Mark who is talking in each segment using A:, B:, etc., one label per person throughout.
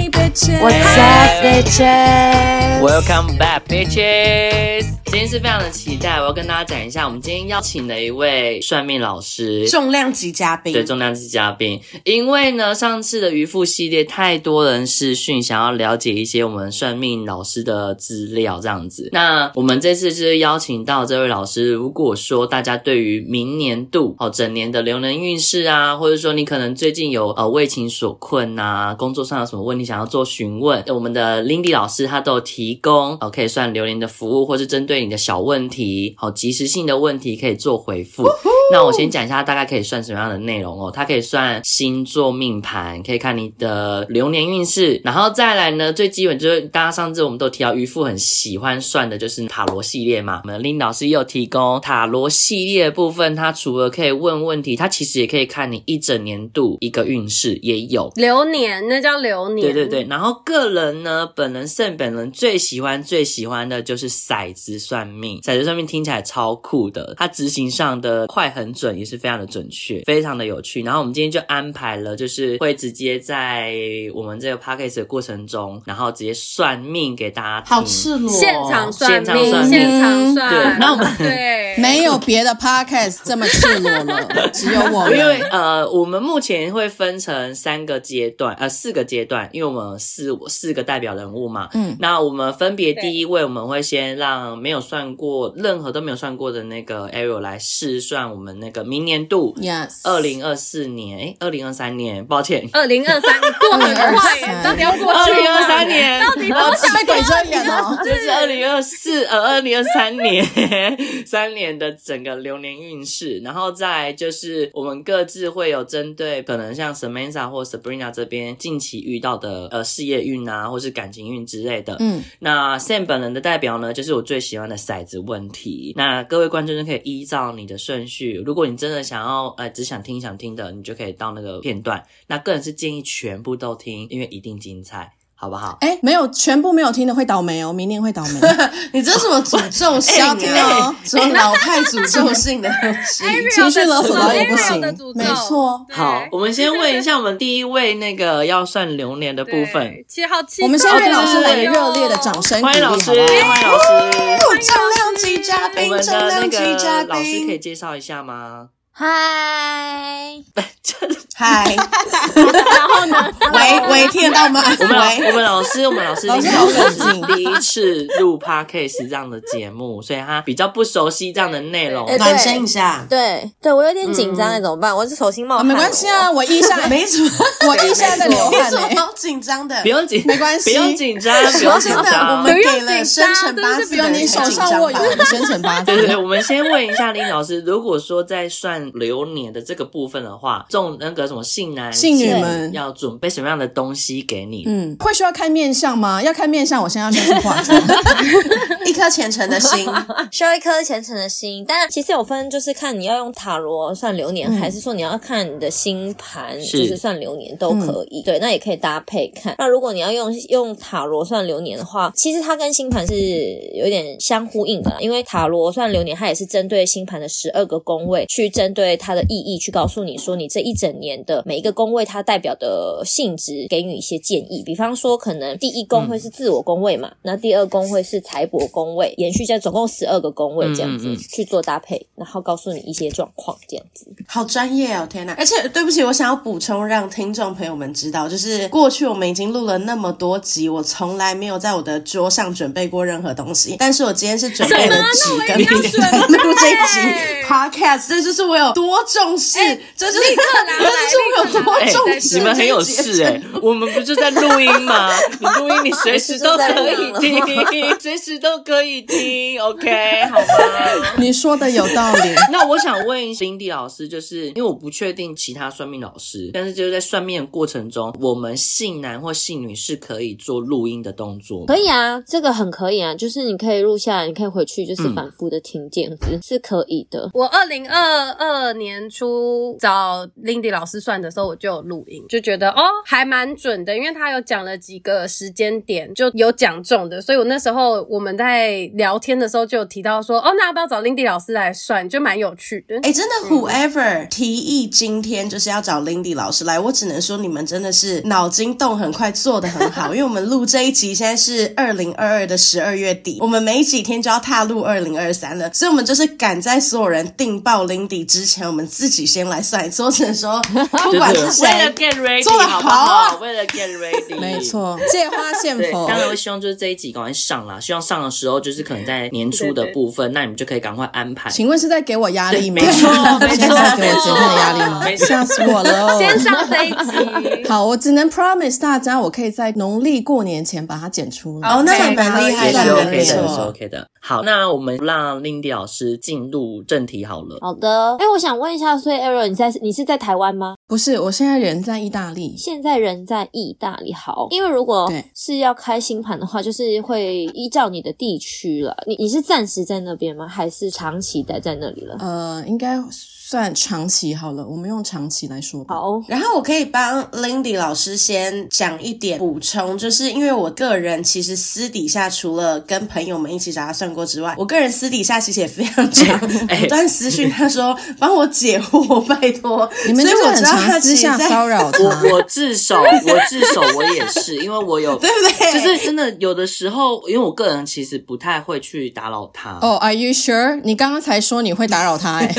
A: What's up, bitches?
B: Welcome back, bitches！今天是非常的期待，我要跟大家讲一下，我们今天邀请了一位算命老师，
C: 重量级嘉宾
B: 对，重量级嘉宾。因为呢，上次的渔夫系列太多人私讯想要了解一些我们算命老师的资料，这样子。那我们这次就是邀请到这位老师。如果说大家对于明年度哦整年的流年运势啊，或者说你可能最近有呃为情所困呐、工作上有什么问题想要做询问，我们的 Lindy 老师他都有提供哦、可以算流年的服务，或是针对你的小问题，好、及时性的问题可以做回复。那我先讲一下大概可以算什么样的内容哦，它可以算星座命盘，可以看你的流年运势，然后再来呢，最基本就是大家上次我们都提到渔夫很喜欢算的就是塔罗系列嘛，我们林老师也有提供塔罗系列的部分，它除了可以问问题，它其实也可以看你一整年度一个运势也有。
A: 流年，那叫流年。
B: 对对对，然后个人呢，本人圣本人最喜欢最喜欢的就是骰子算命，骰子算命听起来超酷的，它执行上的快很准，也是非常的准确，非常的有趣。然后我们今天就安排了，就是会直接在我们这个 p a c k a g e 的过程中，然后直接算命给大家听。
C: 好赤裸哦，
A: 现场算
B: 现场
A: 命，
B: 算命
A: 现场算。
B: 对那我们
A: 对
C: 没有别的 podcast 这么赤裸了，只有我们。
B: 因为呃，我们目前会分成三个阶段，呃，四个阶段，因为我们有四四个代表人物嘛。
C: 嗯
B: 那我们分别
A: 对
B: 第一位，我们会先让没有算过任何都没有算过的那个 Ariel 来试算我们那个明年度
C: yes，
B: 二零二四年，诶二零二三年，抱歉，
A: 二零 二三过很快耶，
C: 2023
A: 到底要过
B: 二
A: 去
B: 零
A: 吗
B: 二三，年，
A: 到底
C: 我
A: 多
C: 是
A: 想
C: 被鬼遮眼 哦。
B: 就是二零二四呃二零二三年 三年的整个流年运势，然后再来就是我们各自会有针对可能像 Samantha 或 Sabrina 这边近期遇到的呃事业运啊，或是感情运之类的。
C: 嗯，
B: 那 Sam 本人的代表呢，就是我最喜欢的骰子问题。那各位观众就可以依照你的顺序，如果你真的想要呃只想听想听的，你就可以到那个片段。那个人是建议全部都听，因为一定精彩，好不好？
C: 哎，没有，全部没有听的会倒霉哦，明年会倒霉。
D: 你这是什么诅咒性
C: 要听哦
D: 什么老派诅咒性的东西？
C: 情绪勒索到也不
A: Ariel
C: 行
A: 的诅咒，
C: 没错。
A: 对
B: 好，我们先问一下我们第一位那个要算流年的部分，
A: 对，其实好期待哦。
C: 我们先给老师来个热烈的掌声鼓
B: 欢
C: 励，
B: 迎
C: 好
B: 老
C: 不
B: 师，
C: 好？
B: 欢迎老师。
C: 哦重量级嘉
B: 我
C: 宾，
B: 们
C: 重
B: 的那
C: 量级嘉
B: 个老师可以
C: 宾，
B: 介绍一下 吗？
E: 嗨，
C: 嗨，
A: 然后呢？
C: 喂喂，听得到吗？
B: 我们老
C: 喂
B: 我，们老师，我们老师
C: 老
B: 林
C: 师
B: 老
C: 好冷
B: 师是
C: 静
B: 第一次录 podcast 这样的节目，所以他比较不熟悉这样的内容。
C: 哦呃
E: 哎对
D: 暖身一下，
E: 对对，我有点紧张哎，怎么办？我是手心冒
C: 嗯啊
E: 汗，
C: 没关系啊，我一下
D: 哦 没什么，
C: 我一下在流
D: 没
C: 汗欸
D: 什么
C: 呢。
D: 好紧张的
B: 不。用紧，
C: 没关系
B: 不用紧张， 不用紧
C: 真的
B: 张。
C: 我们
D: 给了生辰八字
C: 只有
D: 的人
C: 你手
D: 才紧
C: 上握
D: 张
C: 有
D: 吧。
C: 我的生辰八字
B: 对。对对，我们先问一下林老师，如果说在算流年的这个部分的话，重那个什么性男
C: 性女
B: 性
C: 们
B: 要准备什么样的东西给你？
C: 嗯，会需要看面相吗？要看面相，我先要先去化妆。
D: 一颗虔诚的心，
E: 需要一颗虔诚的心。但其实有分，就是看你要用塔罗算流
C: 嗯
E: 年，还是说你要看你的星盘，
B: 是
E: 就是算流年
B: 嗯
E: 都可以。对，那也可以搭配看。那如果你要用用塔罗算流年的话，其实它跟星盘是有点相呼应的啦，因为塔罗算流年，它也是针对星盘的十二个宫位去针对它的意义，去告诉你说你这一整年的每一个宫位它代表的性质，给予一些建议。比方说，可能第一
B: 嗯
E: 宫会是自我宫位嘛，那第二宫会是财帛宫位，延续在总共十二个宫位这样子
B: 嗯嗯嗯
E: 去做搭配，然后告诉你一些状况这样子。
D: 好专业哦！天哪！而且对不起，我想要补充，让听众朋友们知道，就是过去我们已经录了那么多集，我从来没有在我的桌上准备过任何东西，但是我今天是准备了纸跟笔 来
A: 哦
D: 录这一集 podcast，这就是我有多重视，这就是
A: 哎立刻 拿来
D: 这就是我有多
B: 哎、
D: 重视、
B: 你们很有事哎、我们不就在录音 吗？你录音，你随时都可以听，随时都可以听，OK，好吗？
C: 你说的有道理。
B: 那我想问一下林迪老师，就是因为我不确定其他算命老师，但是就是在算命的过程中，我们性男或性女是可以做录音的动作吗，
E: 可以啊，这个很可以啊，就是你可以录下来，你可以回去就是反复的听这样子、是可以的。
A: 我二零二二年初找 Lindy 老师算的时候，我就有录音，就觉得哦还蛮准的，因为他有讲了几个时间点，就有讲中的，所以我那时候我们在聊天的时候就有提到说，哦，那要不要找 Lindy 老师来算，就蛮有趣的。
F: 哎、真的，whoever 提议今天就是要找 Lindy 老师来，我只能说你们真的是脑筋动很快，做的很好。因为我们录这一集现在是二零二二的十二月底，我们没几天就要踏入二零二三了，所以我们就是赶在所有人订爆 Lindy 之前，我们自己先来算一次。我只能说，不管是
B: 为了
F: 谁，
B: get ready，
F: 做得
B: 好不
F: 好啊
B: 为了 get ready，
C: 没。错， 借花献
B: 对，
C: 佛
B: 当。然我希望就是这一集赶快上啦，希望上的时候就是可能在年初的
A: 对对
B: 部分，那你们就可以赶快安排。
C: 请问是在给我压力吗？
B: 对没错没错
C: 现在给我节目的压力
B: 没
C: 吗？
B: 错
C: 吓死我了哦！
A: 先上这一 集，
C: 好，我只能 promise 大家，我可以在农历过年前把它剪出来。
F: 哦，那还蛮厉害
B: 也
F: 的，
B: 是
C: 对
F: 还
B: OK
F: 蛮不
B: 的，
C: 对
B: 也是
F: 错。
B: OK 的。好，那我们让 Lindy 老师进入正题好了。
E: 好的，哎，我想问一下，所以 Aaron，你在你是在台湾吗？
C: 不是，我现在人在意大利。
E: 现在人在意大利，好，因为如果
C: 对
E: 是要开新盘的话，就是会依照你的地区了。你你是暂时在那边吗？还是长期待在那里了？
C: 呃，应该算长期好了，我们用长期来说吧。
E: 好，
F: 然后我可以帮 Lindy 老师先讲一点补充，就是因为我个人其实私底下除了跟朋友们一起找他算过之外，我个人私底下其实也非常常
B: 哎
F: 不断私讯他说帮我解惑，拜托。
C: 你们就
F: 所以
C: 是
F: 我
C: 很
F: 知道他
C: 常私
F: 其实
C: 下
F: 在
C: 骚扰他。
B: 我我自首，我自首，我也是，因为我有，
F: 对不对？
B: 就是真的有的时候，因为我个人其实不太会去打扰他。
C: 哦、a r e you sure？你刚刚才说你会打扰他、哎，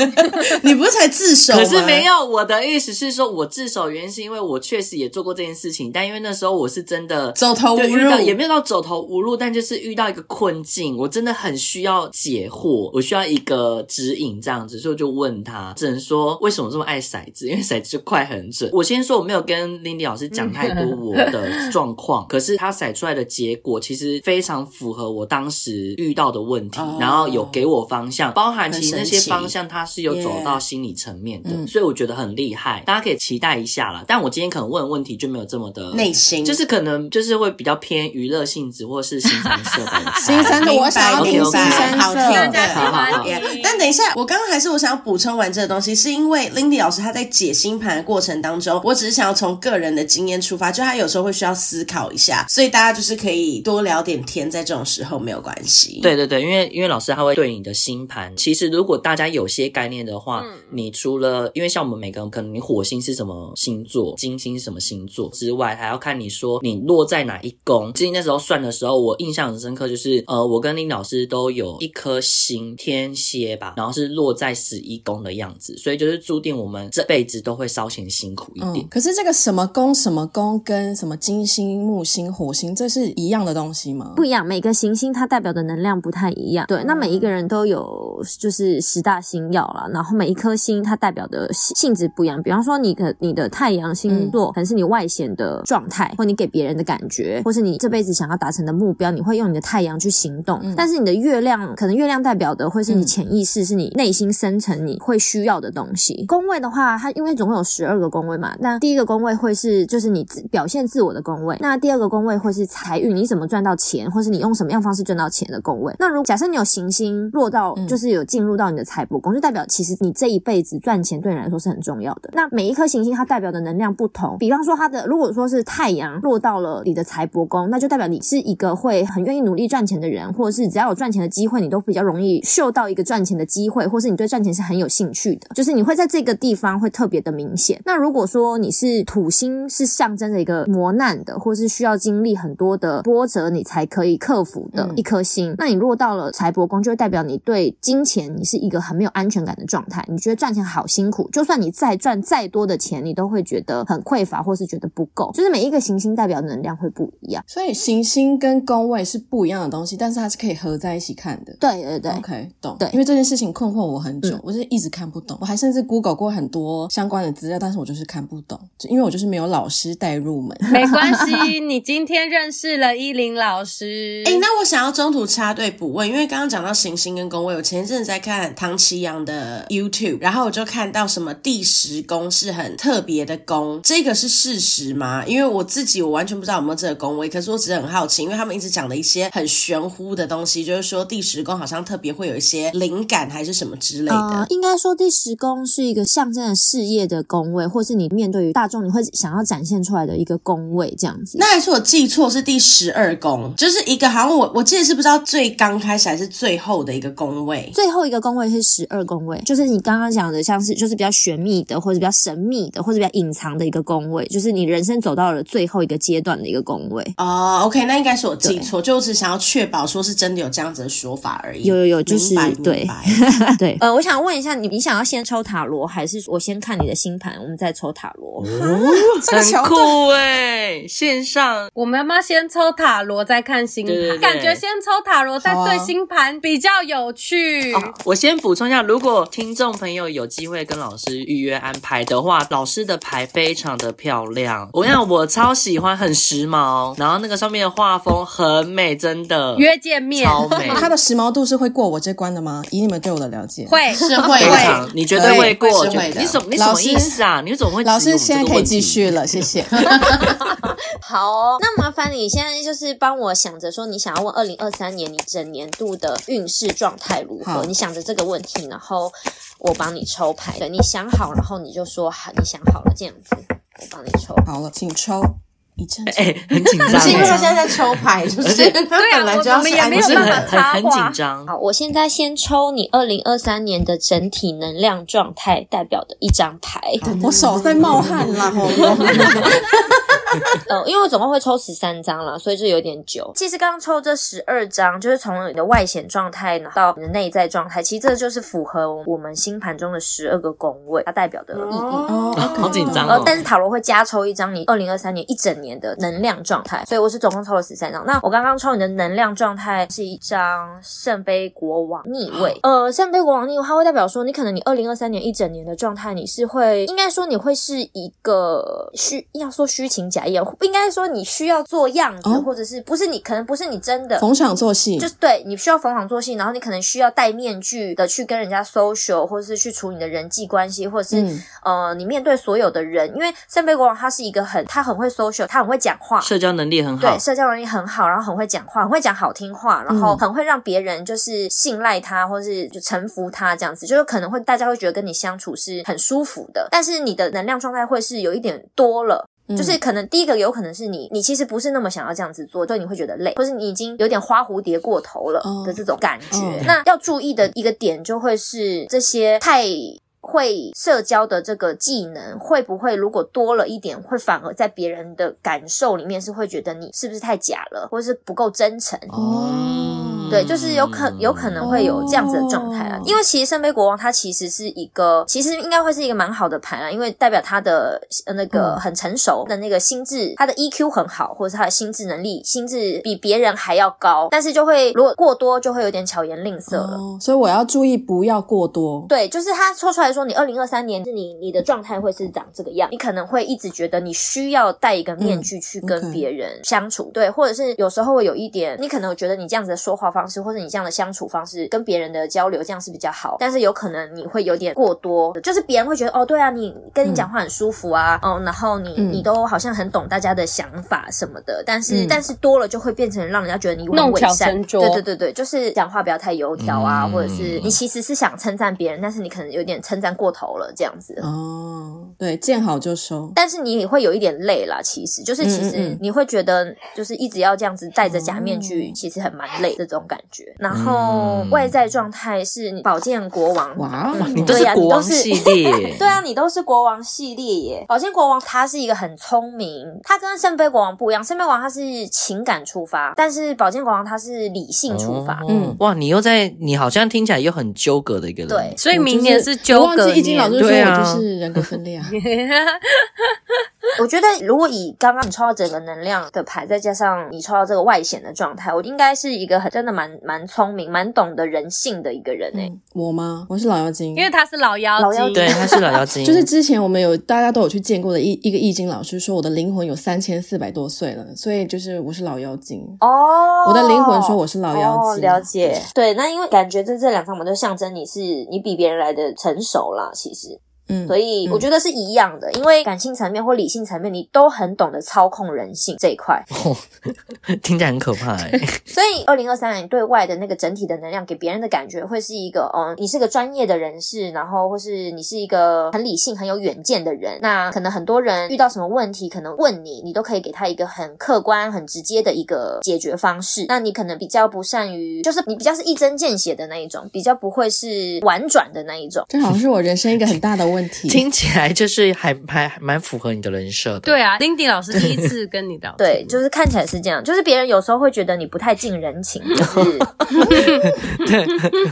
F: 你不是才自首吗？
B: 可是没有，我的意思是说，我自首原因是因为我确实也做过这件事情，但因为那时候我是真的
F: 走投
B: 对
F: 无
B: 遇到
F: 路，
B: 也没有到走投无路，但就是遇到一个困境，我真的很需要解惑，我需要一个指引这样子，所以我就问他，只能说为什么这么爱骰子，因为骰子就快很准。 我先说我没有跟 Lindy 老师讲太 多我的状况，可是他骰出来的结果其实非常符合我当时遇到的问题，
F: 哦
B: 然后有给我方向，包含其实那些
F: 很神奇
B: 方向他是有走到
F: Yeah
B: 心理层面的，
C: 嗯。
B: 所以我觉得很厉害，大家可以期待一下啦。但我今天可能问的问题就没有这么的
F: 内心
B: 就是可能就是会比较偏娱乐性质，或是新三色吧
C: 新三
F: 啊
C: 色，
F: 明白
C: 我想要听
F: 明
C: 新
F: 白
C: 三
F: 好听
A: 大
C: 色。
A: 家喜欢
F: 耶
A: 你。
F: 但等一下，我刚刚还是我想要补充完这个东西，是因为 Lindy 老师他在解星盘的过程当中，我只是想要从个人的经验出发，就他有时候会需要思考一下，所以大家就是可以多聊点天，在这种时候没有关系。，
B: 对对对，因为因为老师他会对你的星盘，其实如果大家有些概念的话，
C: 嗯
B: 你除了因为像我们每个人，可能你火星是什么星座，金星是什么星座之外，还要看你说你落在哪一宫。其实那时候算的时候，我印象很深刻，就是呃，我跟林老师都有一颗星天蝎吧，然后是落在十一宫的样子，所以就是注定我们这辈子都会稍显辛苦一点
C: 嗯，。可是这个什么宫什么宫跟什么金星、木星、火星，这是一样的东西吗？
E: 不一样，每个行星它代表的能量不太一样。对，那每一个人都有就是十大星耀啦，然后每一颗星它代表的性性质不一样。比方说你的你的太阳星座，可能是你外显的状态，或你给别人的感觉，或是你这辈子想要达成的目标，你会用你的太阳去行动。但是你的月亮，可能月亮代表的会是你
C: 嗯
E: 潜意识，是你内心深层你会需要的东西。宫位的话，它因为总共有十二个宫位嘛，那第一个宫位会是就是你自表现自我的宫位，那第二个宫位会是财运，你怎么赚到钱，或是你用什么样方式赚到钱的宫位。那如假设你有行星落到，就是有进入到你的财帛宫，就代表其实你这一辈子赚钱对你来说是很重要的。那每一颗行星它代表的能量不同，比方说它的如果说是太阳落到了你的财帛宫，那就代表你是一个会很愿意努力赚钱的人，或者是只要有赚钱的机会，你都比较容易嗅到一个赚钱的机会，或是你对赚钱是很有兴趣的，就是你会在这个地方会特别的明显。那如果说你是土星是象征着一个磨难的，或是需要经历很多的波折你才可以克服的
C: 嗯
E: 一颗星，那你落到了财帛宫，就会代表你对金钱你是一个很没有安全感的状态，你觉得赚钱好辛苦，就算你再赚再多的钱，你都会觉得很匮乏，或是觉得不够。就是每一个行星代表的能量会不一样。
C: 所以行星跟宫位是不一样的东西，但是它是可以合在一起看的。
E: 对对对。
C: OK，懂。
E: 对
C: 因为这件事情困惑我很久，
E: 嗯
C: 我就是一直看不懂。我还甚至 Google 过很多相关的资料，但是我就是看不懂，就因为我就是没有老师带入 门。
A: 没关系，你今天认识了依林老师。
F: 哎，那我想要中途插队补问，因为刚刚讲到行星跟宫位，我前
D: 阵子在看唐奇阳的 YouTube，然后我就看到什么第十宫是很特别的宫，这个是事实吗？因为我自己我完全不知道有没有这个宫位，可是我只是很好奇，因为他们一直讲的一些很玄乎的东西，就是说第十宫好像特别会有一些灵感还是什么之类的。
G: 呃，
E: 哦
G: 应该说第十宫是一个象征的事业的宫位，或是你面对于大众你会想要展现出来的一个宫位这样子。
D: 那还是我记错，是第十二宫，就是一个好像我我记得是不知道最刚开始还是最后的一个宫位。
G: 最后一个宫位是十二宫位，就是你刚刚讲的，像是就是比较玄秘的，或者比较神秘的，或者比较隐藏的一个宫位，就是你人生走到了最后一个阶段的一个宫 位。
D: 哦、o k 那应该是我记错，就我只想要确保说是真的有这样子的说法而已。
G: 有有有就是
D: 明白
G: 对
D: 明 白
G: 对，呃，我想问一下，你你想要先抽塔罗，还是我先看你的星盘，我们再抽塔罗？
C: 这个桥
B: 很酷哎、线上
A: 我们要不要先抽塔罗再看星盘？
B: 对对对
A: 感觉先抽塔罗再
C: 好啊
A: 对星盘比较有趣。
B: 哦我先补充一下，如果听众朋友有机会跟老师预约安排的话，老师的牌非常的漂亮，我跟你讲，我超喜欢，很时髦，然后那个上面的画风很美，真的
A: 约见面
B: 嗯超 美，
C: 它的时髦度是会过我这关的吗？以你们对我的了解，
A: 会
D: 是会
B: 非
D: 会。
B: 常，你绝对会过，
D: 对
B: 绝
D: 会是会的
B: 你什你什
C: 老
B: 么
C: 师
B: 意思啊？你怎么会质疑
C: 老
B: 我
C: 师
B: 们
C: 现在
B: 这个
C: 可以
B: 问
C: 继
B: 题
C: 续了，谢谢。
G: 好、哦，
E: 那麻烦你现在就是帮我想着说，你想要问二零二三年你整年度的运势状态如
C: 好
E: 何？你想着这个问题，然后我帮你抽牌。对，你想好，然后你就说好，你想好了这样子，我帮你抽。
C: 好了，请抽一阵子。
B: 哎、很紧张、
D: 不是因为他
B: 欸，
D: 现在在抽牌， 就是他
A: 对啊
D: 本来就要
A: 我们
D: 是
A: 也
D: 按
A: 没有
B: 不是
A: 办
B: 很
A: 法
B: 很
A: 插
B: 很
A: 话
B: 紧张。
E: 好，我现在先抽你二零二三年的整体能量状态代表的一张牌。
C: 我手在冒汗 啦，吼！
E: 呃，因为我总共会抽十三张啦，所以就有点久。其实刚刚抽这十二张，就是从你的外显状态然后到你的内在状态，其实这就是符合我们星盘中的十二个宫位，它代表的意义。
C: 哦
B: 好紧张
E: 呃
B: 哦，
E: 但是塔罗会加抽一张你二零二三年一整年的能量状态，所以我是总共抽了十三张。那我刚刚抽你的能量状态是一张圣杯国王逆位，
B: 哦
E: 呃，圣杯国王逆位，它会代表说你可能你二零二三年一整年的状态，你是会应该说你会是一个虚，要说虚情假意啊，应该说你需要做样子，
C: 哦
E: 或者是不是你可能不是你真的，
C: 逢场作戏
E: 就，是对你需要逢场作戏，然后你可能需要戴面具的去跟人家 social，或者是去处理你的人际关系，或者是、
C: 嗯
E: 呃你面对所有的人，因为圣杯国王他是一个很他很会 social，他很会讲话。
B: 社交能力很好
E: 对，，社交能力很好，然后很会讲话，很会讲好听话，然后
C: 嗯
E: 很会让别人就是信赖他，或是就臣服他这样子，就是可能会大家会觉得跟你相处是很舒服的，但是你的能量状态会是有一点多了，
C: 嗯
E: 就是可能第一个有可能是你，你其实不是那么想要这样子做，所以你会觉得累，或是你已经有点花蝴蝶过头了
C: 哦
E: 的这种感觉。
C: 嗯
E: 那要注意的一个点就会是这些太。会社交的这个技能会不会如果多了一点，会反而在别人的感受里面是会觉得你是不是太假了，或是不够真诚？
C: 哦
E: 对，就是有可有可能会有这样子的状态啊
C: 哦，
E: 因为其实圣杯国王他其实是一个，其实应该会是一个蛮好的牌啊，因为代表他的呃那个
C: 嗯
E: 很成熟的那个心智，他的 EQ 很好，或者是他的心智能力，心智比别人还要高，但是就会如果过多就会有点巧言令色了。
C: 哦，所以我要注意不要过多。
E: 对，就是他抽出来说，你二零二三年是你你的状态会是长这个样，你可能会一直觉得你需要戴一个面具去
C: ，OK
E: 跟别人相处，对，或者是有时候会有一点，你可能觉得你这样子的说话方式，或者你这样的相处方式跟别人的交流这样是比较好，但是有可能你会有点过多，就是别人会觉得哦，对啊，你跟你讲话很舒服啊，哦，然后你、
C: 嗯
E: 你都好像很懂大家的想法什么的，但是、
C: 嗯
E: 但是多了就会变成让人家觉得你
A: 弄
E: 很伪
A: 巧
E: 善，
A: 成
E: 对
A: 拙
E: 对对对对，就是讲话不要太油条啊，
B: 嗯
E: 或者是你其实是想称赞别人，但是你可能有点称赞过头了这样子。
C: 哦，对，见好就收。
E: 但是你也会有一点累啦，其实就是其
C: 嗯嗯
E: 实
C: 嗯
E: 你会觉得就是一直要这样子戴着假面具，
C: 哦
E: 其实很蛮累这种感觉。然后
B: 嗯
E: 外在状态是你宝剑国王，
C: 哇哦，
B: 你都是
E: 对呀
B: 国王
E: 你都是
B: 系 列
E: 对。啊，你都是国王系列耶。宝剑国王他是一个很聪明，他跟圣杯国王不一样，圣杯国王他是情感出发，但是宝剑国王他是理性出发。
B: 嗯
C: 嗯，
B: 哇，你又在，你好像听起来又很纠葛的一个人。
E: 对
A: 所以
C: 我
A: 明
C: 就
A: 年是纠
C: 我忘
A: 葛
C: 记易经老
A: 年。
C: 师说
B: 对啊
A: 嗯
C: 我就是人格分裂啊。
E: 我觉得如果以刚刚你抽到整个能量的牌，再加上你抽到这个外显的状态，我应该是一个很真的蛮蛮聪明、蛮懂得人性的一个人诶、欸
C: 嗯我吗？我是老妖 精，
A: 因为他是老妖
E: 老妖
A: 精，
B: 对，他是 老妖精，
C: 就是之前我们有大家都有去见过的一一个易经老师说我的灵魂有三千四百多岁了，所以就是我是老妖精。
E: 哦，
C: 我的灵魂说我是老妖精
E: 哦，了解。对，那因为感觉这这两张牌都象征你是你比别人来的成熟啦，其实，
C: 嗯，
E: 所以我觉得是一样的，因为感性层面或理性层面，你都很懂得操控人性这一块。
B: 听起来很可怕哎、
E: 所以，二零二三年对外的那个整体的能量给别人的感觉，会是一个，嗯，你是个专业的人士，然后或是你是一个很理性、很有远见的人。那可能很多人遇到什么问题，可能问你，你都可以给他一个很客观、很直接的一个解决方式。那你可能比较不善于，就是你比较是一针见血的那一种，比较不会是婉转的那一种。
C: 这好像是我人生一个很大的问 题。
B: 听起来就是还还还蛮符合你的人设的。
A: 对啊，Lindy 老师第一次跟你聊天，
E: 对，就是看起来是这样，就是别人有时候会觉得你不太近人情，就是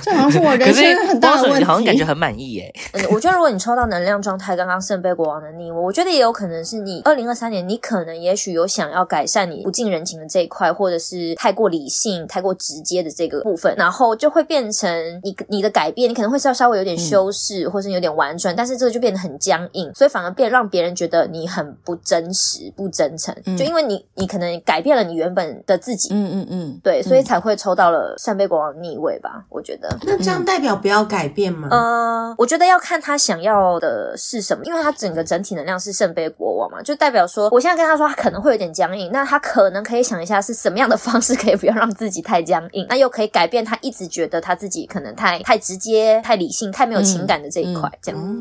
C: 这好像是我
B: 可
C: 人
B: 是
C: 生很大的
B: 光
C: 问
B: 说
C: 题。
B: 你好像感觉很满意哎、
E: 嗯，我觉得如果你抽到能量状态，刚刚圣杯国王的逆位，我觉得也有可能是你二零二三年，你可能也许有想要改善你不近人情的这一块，或者是太过理性、太过直接的这个部分，然后就会变成你你的改变，你可能会稍稍微有点
C: 嗯
E: 修饰，或是有点婉转，但是这个就变得很僵硬，所以反而变让别人觉得你很不真实、不真诚，就因为你你可能改变了你原本的自己。
C: 嗯嗯嗯，
E: 对，所以才会抽到了圣杯国王的逆位吧，我觉得。
F: 那这样代表不要改变吗？
A: 嗯
E: 呃，我觉得要看他想要的是什么，因为他整个整体能量是圣杯国王嘛，就代表说，我现在跟他说他可能会有点僵硬，那他可能可以想一下是什么样的方式可以不要让自己太僵硬，那又可以改变他一直觉得他自己可能太太直接、太理性、太没有情感的这一块，这样。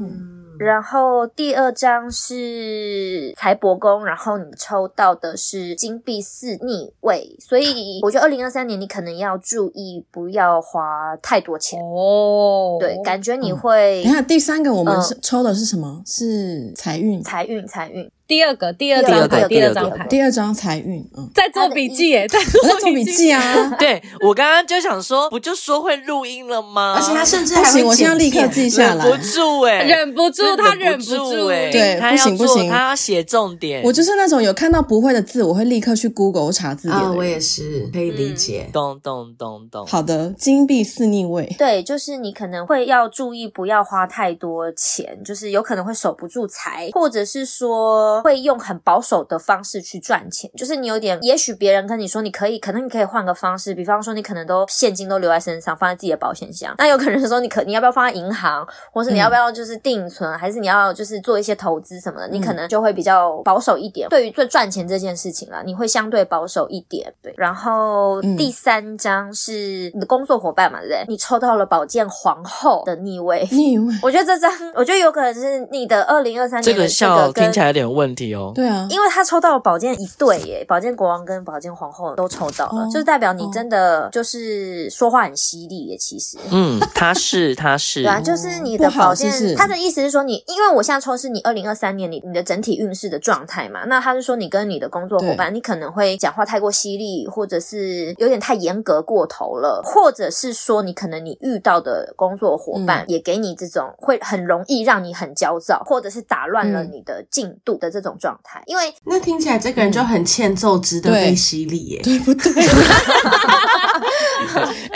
E: 然后第二张是财帛宫，然后你抽到的是金币四逆位，所以我觉得二零二三年你可能要注意不要花太多钱。
A: 哦，
E: 对，感觉你会
C: 你看第三个我们是抽的是什么？是财运，
E: 财运，财运。
A: 第二个第二
E: 第
A: 张
E: 二个
A: 牌，
B: 第二
A: 二
B: 个
A: 张牌，
C: 第二张财运。 嗯，
A: 在做笔记耶，在
C: 我在
A: 做
C: 做笔记啊。
B: 对我刚刚就想说，不就说会录音了吗？
F: 而且他甚至
C: 不
F: 还会
C: 行，我现在
F: 剪
C: 立刻
F: 片
C: 记下
B: 忍
C: 来。
B: 不住哎、
A: 忍不住，
B: 真的
A: 他忍
B: 不
A: 住欸
B: 哎、
C: 对
B: 他
C: 不
B: 要
C: 行不
B: 做
C: 行
B: 他要写重点。
C: 我就是那种有看到不会的字，我会立刻去 Google 查字典
F: 啊，
C: 的
F: 我
C: 人。
F: 也是可以理
A: 嗯
F: 解。
B: 咚咚咚咚，
C: 好的，金币四逆位。
E: 对，就是你可能会要注意，不要花太多钱，就是有可能会守不住财，或者是说会用很保守的方式去赚钱。就是你有点，也许别人跟你说你可以，可能你可以换个方式，比方说你可能都现金都留在身上，放在自己的保险箱。那有可能是说你可你要不要放在银行，或是你要不要就是定存，还是你要就是做一些投资什么的，你可能就会比较保守一点。对于最赚钱这件事情啦，你会相对保守一点。对，然后
C: 嗯
E: 第三张是你的工作伙伴嘛，对不对？你抽到了宝剑皇后的 逆位。
C: 逆位，
E: 我觉得这张，我觉得有可能是你的二零二三
B: 这
E: 年的
B: 个
E: 这个
B: 笑
E: 跟
B: 听起来有点问题哦。
C: 对啊，
E: 因为他抽到了宝剑一对耶，宝剑国王跟宝剑皇后都抽到了，
C: 哦
E: 就是代表你
C: 哦
E: 真的就是说话很犀利耶。其实，
B: 嗯，他是他是，
E: 对啊，就是你的
C: 不好
E: 宝剑，
C: 是不是
E: 他的意思是说你，因为我现在抽是你二零二三年你你的整体运势的状态嘛，那他是说你跟你的工作伙伴，你可能会讲话太过犀利，或者是有点太严格过头了，或者是说你可能你遇到的工作伙
C: 嗯
E: 伴也给你这种会很容易让你很焦躁，或者是打乱了
C: 嗯
E: 你的进度的这种状态，因为
F: 那听起来这个人就很欠揍，值得
C: 对
F: 被犀利耶。
C: 对不对？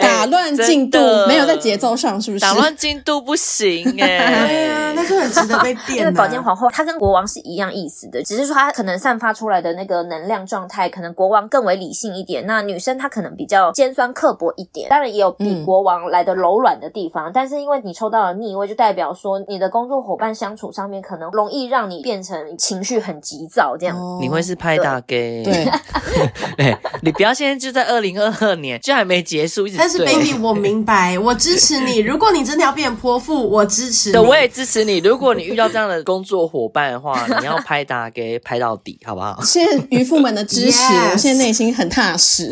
C: 打乱进度
B: 真的，
C: 没有在节奏上，是不是？
B: 打乱进度不 行
F: 对啊，
B: 哎、
F: 那就很值 得被
E: 因
F: 电、啊。
E: 为宝剑皇后她跟国王是一样意思的，只是说她可能散发出来的那个能量状态，可能国王更为理性一点，那女生她可能比较尖酸刻薄一点。当然也有比
C: 嗯
E: 国王来的柔软的地方，但是因为你抽到了逆位，就代表说你的工作伙伴相处上面可能容易让你变成情绪很急躁这样。
C: 哦
B: 你会是拍大 gay？
C: 对，
B: 对，你不要现在就在二零二二年，就还没结束，一直
F: 但是
B: 对
F: baby，我明白，我支持你。如果你真的要变泼妇，我支持你。
B: 对，我也支持你。如果你遇到这样的工作伙伴的话，你要拍打给拍到底，好不好？
C: 谢谢渔夫们的支持，
F: Yes
C: 我现在内心很踏实。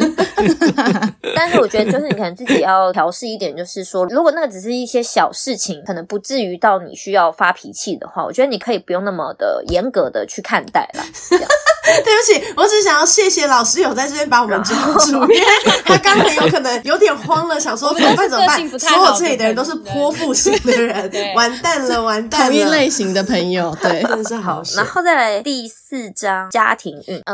E: 但是我觉得，就是你可能自己要调试一点，就是说，如果那个只是一些小事情，可能不至于到你需要发脾气的话，我觉得你可以不用那么的严格的去看待啦。这样
F: 对不起，我只想要谢谢老师有在这边把我们抓住，因为他刚很有可能有点慌了，想说怎么办怎么
A: 我们
F: 办？
A: 个性不太
F: 所
A: 好
F: 有这里的人都是泼妇型的人
A: 对，
F: 完蛋了完蛋了，
C: 同一类型的朋友， 对，
F: 真的是好事
E: 然。后再来第四章家庭运，呃，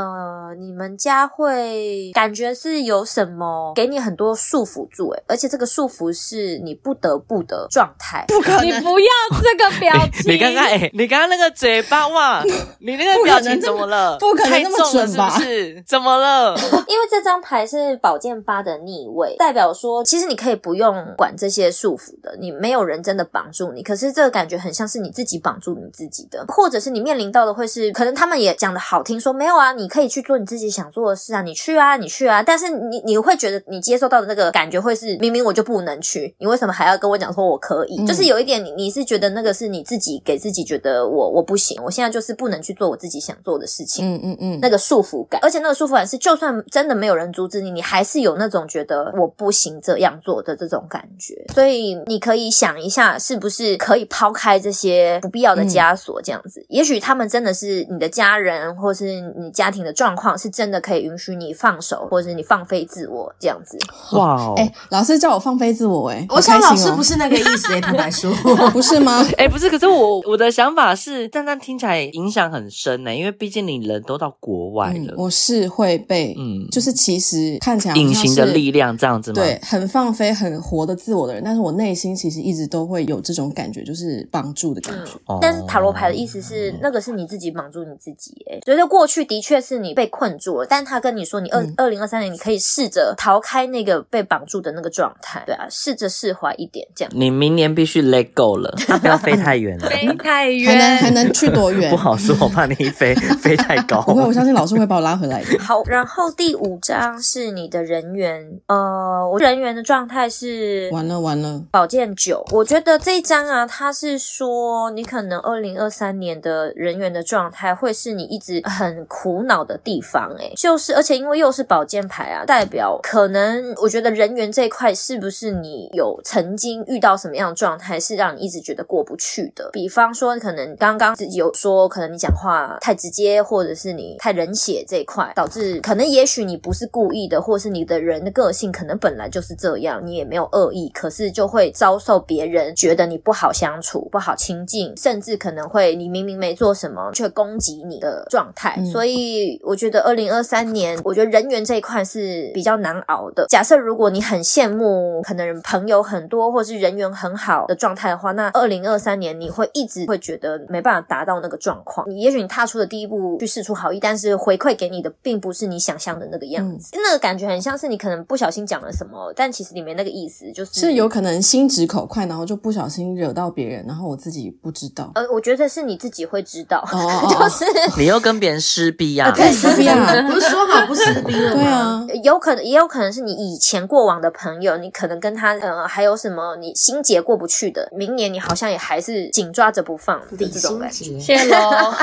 E: 你们家会感觉是有什么给你很多束缚住、欸，而且这个束缚是你不得不的状态。
C: 不可
A: 你
C: 能，
A: 不要这个表情，
B: 你刚刚哎，你刚刚那个嘴巴哇，你那个
C: 不可
B: 表
C: 能
B: 情怎么了？
C: 不可能
B: 太
C: 那么
B: 重了
C: 准吧
B: 是不是？怎么了？
E: 因为这张牌是宝剑八的逆位，代表说其实你可以不用管这些束缚的，你没有人真的绑住你，可是这个感觉很像是你自己绑住你自己的，或者是你面临到的会是，可能他们也讲的好听说没有啊，你可以去做你自己想做的事啊，你去啊，你去啊，但是你你会觉得你接受到的那个感觉会是，明明我就不能去，你为什么还要跟我讲说我可以？
C: 嗯
E: 就是有一点你你是觉得那个是你自己给自己觉得我我不行，我现在就是不能去做我自己想做的事情，
C: 嗯嗯嗯，
E: 那个束缚感，而且那个束缚感是，就算真的没有人阻止你，你还是有那种觉得我不行这样做的这种感觉。所以你可以想一下，是不是可以抛开这些不必要的枷锁，这样子。也许他们真的是你的家人，或是你家庭的状况，是真的可以允许你放手，或者是你放飞自我这样子。
B: 哇哦
C: 哎、老师叫我放飞自我、哎，
F: 我想
C: 好
F: 老
C: 开心
F: 师
C: 哦
F: 不是那个意思诶，坦白说，
C: 不 是吗？
B: 哎、不是，可是我我的想法是，但但听起来影响很深呢、因为毕竟你人都到国外
C: 嗯
B: 了，，
C: 我是会被，
B: 嗯
C: 就是其实看起来好像
B: 隐形的
C: 是
B: 力量这样子吗？
C: 对，很放飞、很活的自我的人，但是我内心其实一直都会有这种感觉，就是帮助的感觉。
B: 哦，
E: 但是塔罗牌的意思是，那个是你自己绑住你自己、欸，觉得过去的确是你被困住了，但他跟你说，你二
C: 嗯
E: 二零二三年你可以试着逃开那个被绑住的那个状态，对啊，试着释怀一点，这样。
B: 你明年必须 let go 了，它不要飞太远了，
A: 飞太
C: 还能
A: 远，
C: 还能去多 远
B: 不？好说，我怕你一飞 飞太高。
C: 不会，我相信老师会把我拉回来 的。
E: 好，然后第五章是你的人缘，呃，我人缘的状态是
C: 完了完了，
E: 宝剑九，我觉得这一章啊，它是说你可能二零二三年的人员的状态会是你一直很苦恼的地方、欸，诶，就是而且因为又是宝剑牌啊，代表可能我觉得人员这一块是不是你有曾经遇到什么样的状态是让你一直觉得过不去的？比方说，可能刚刚自己有说，可能你讲话太直接，或者是你太冷血这一块，导致可能也许你不是故意的，或是你的人的个性可能本来就是这样，你也没有恶意，可是就会遭受别人觉得你不好相处、不好亲近，甚至可能会你明明没做什么却攻击你的状态。
C: 嗯
E: 所以我觉得二零二三年，我觉得人缘这一块是比较难熬的。假设如果你很羡慕可能朋友很多，或是人缘很好的状态的话，那二零二三年你会一直会觉得没办法达到那个状况。你也许你踏出的第一步去试出好意，但是回馈给你的并不是你想象的那个样子。那个感觉很像是你可能不小心讲了什么，但其实里面那个意思就是
C: 是有可能心直口快，然后就不小心惹到别人，然后我自己不知道。
E: 呃，我觉得是你自己会知道，
C: 哦哦哦
E: 就是
B: 你又跟别人撕逼啊呀、
F: 哎
C: 对，是这样。
F: 不是说好不撕逼了
C: 对
F: 吗？
C: 啊，
E: 有可能，也有可能是你以前过往的朋友，你可能跟他呃，还有什么你心结过不去的，明年你好像也还是紧抓着不放的这种感觉。
F: 结
A: 谢喽，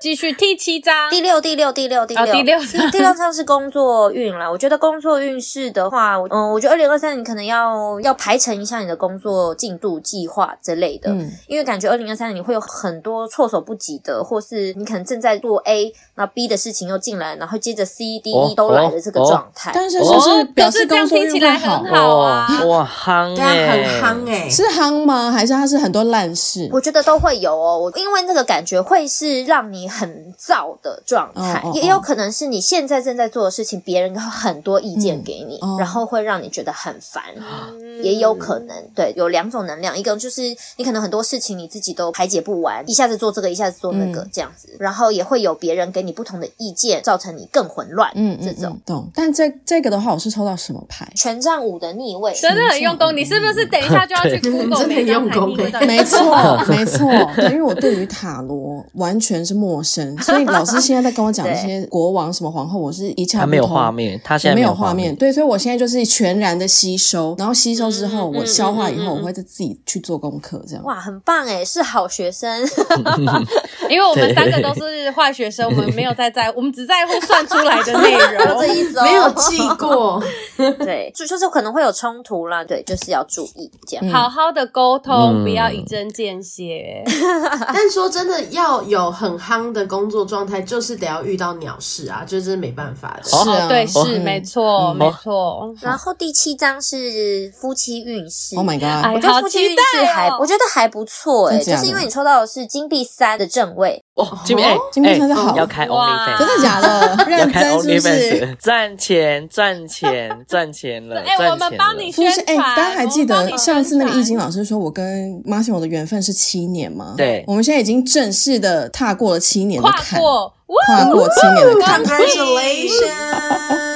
A: 继续第七章，
E: 第六，第六，第六，第六，
A: 啊第六
E: 第第六章是工作运啦。我觉得工作运势的话，我嗯，我觉得二零二三你可能要要排成一下你的工作进度计划之类的，
C: 嗯
E: 因为感觉二零二三你会有很多措手不及的，或是你可能正在做 A，然后 B 的事情又进来，然后接着 C、D、
B: 哦
E: E 都来的这个
B: 哦哦
E: 状态。
C: 但是
A: 哦
C: 就是表示
A: 可是这样
C: 工作
A: 听
C: 运
A: 起
C: 会
A: 来
C: 好
A: 很，好啊。
B: 哇夯
F: 对啊，
B: 哎、
F: 很夯哎、
C: 是夯吗？还是它是很多烂事？
E: 我觉得都会有哦，我因为那个感觉会是让你很燥的状态，
C: 哦哦哦
E: 也也有可能是你现在正在做的事情，别人有很多意见给你，
C: 嗯哦嗯
E: 然后会让你觉得很烦， 也有可能对，有两种能量，一个就是你可能很多事情你自己都排解不完，一下子做这个，一下子做那个、
C: 嗯
E: 这样子，然后也会有别人给你不同的意见，造成你更混乱，
C: 嗯
E: 这
C: 嗯
E: 种
C: 嗯，懂。但这这个的话，我是抽到什么牌？
E: 权杖五的逆位。
A: 真的很用功，你是不是等一下就要去 Google
F: 真的
A: 每
F: 很
A: 张
F: 用
A: 牌
F: 功
A: 逆位到底
C: 没错，
B: 哦
C: 没错，对，因为我对于塔罗完全是陌生，所以老师现在在跟我讲一些国王什么皇后，我是一窍
B: 他
C: 不
B: 没有
C: 通
B: 画，面，他现
C: 我
B: 在
C: 没
B: 有
C: 画面，
B: 面。
C: 对，所以我现在就是全然的吸收，然后吸收之后，我消化以后，我会再自己去做功课，这样。
E: 哇，很棒哎，是好学 生。
A: 因为我们三个都是坏学生，我们没有在在乎，我们只在乎算出来的内 容。
E: 这意思哦，
F: 没有记过，
E: 对，就就是可能会有冲突啦，对，就是要注意这样。
A: 好好的沟
B: 嗯
A: 通，不要一针见血。
F: 但说真的，要有很夯的工作状态，就就是得要遇到鸟事啊，就是没办法的。
B: 哦
C: 是啊，
A: 对，是
C: 嗯
A: 没错，没错。
C: 哦
E: 然后第七章是夫妻运势。
C: Oh my god！
A: 哎
E: 我觉得
A: 好
E: 夫妻
A: 期
E: 运
A: 待
E: 势还，
A: 哦
E: 我觉得还不错哎、
C: 真
E: 就
C: 假的
E: 是因为你抽到的是金币三的正位，
B: 哇，金币哎，
C: 金币
B: 哎
C: 真的好
B: 要开
A: 哇
B: OnlyFans，
C: 真的假的？
B: 要
C: 认
B: 开
C: 真是不是？
B: OnlyFans，赚钱赚钱赚钱了，
A: 哎、
B: 赚
A: 我
B: 钱
A: 们帮
B: 了
A: 你
C: 夫
A: 宣
C: 妻
A: 传。
C: 哎大家还记
A: 我们帮
C: 得
A: 你
C: 上次那个
A: 宣传
C: 易经老师说，我跟马显我的缘分是七年吗？
B: 对
C: 我们现在已经正式的踏过了七年的
A: 跨
C: 坎，
A: 过，
C: 跨过七年 的坎，
F: Congratulations！
A: 啊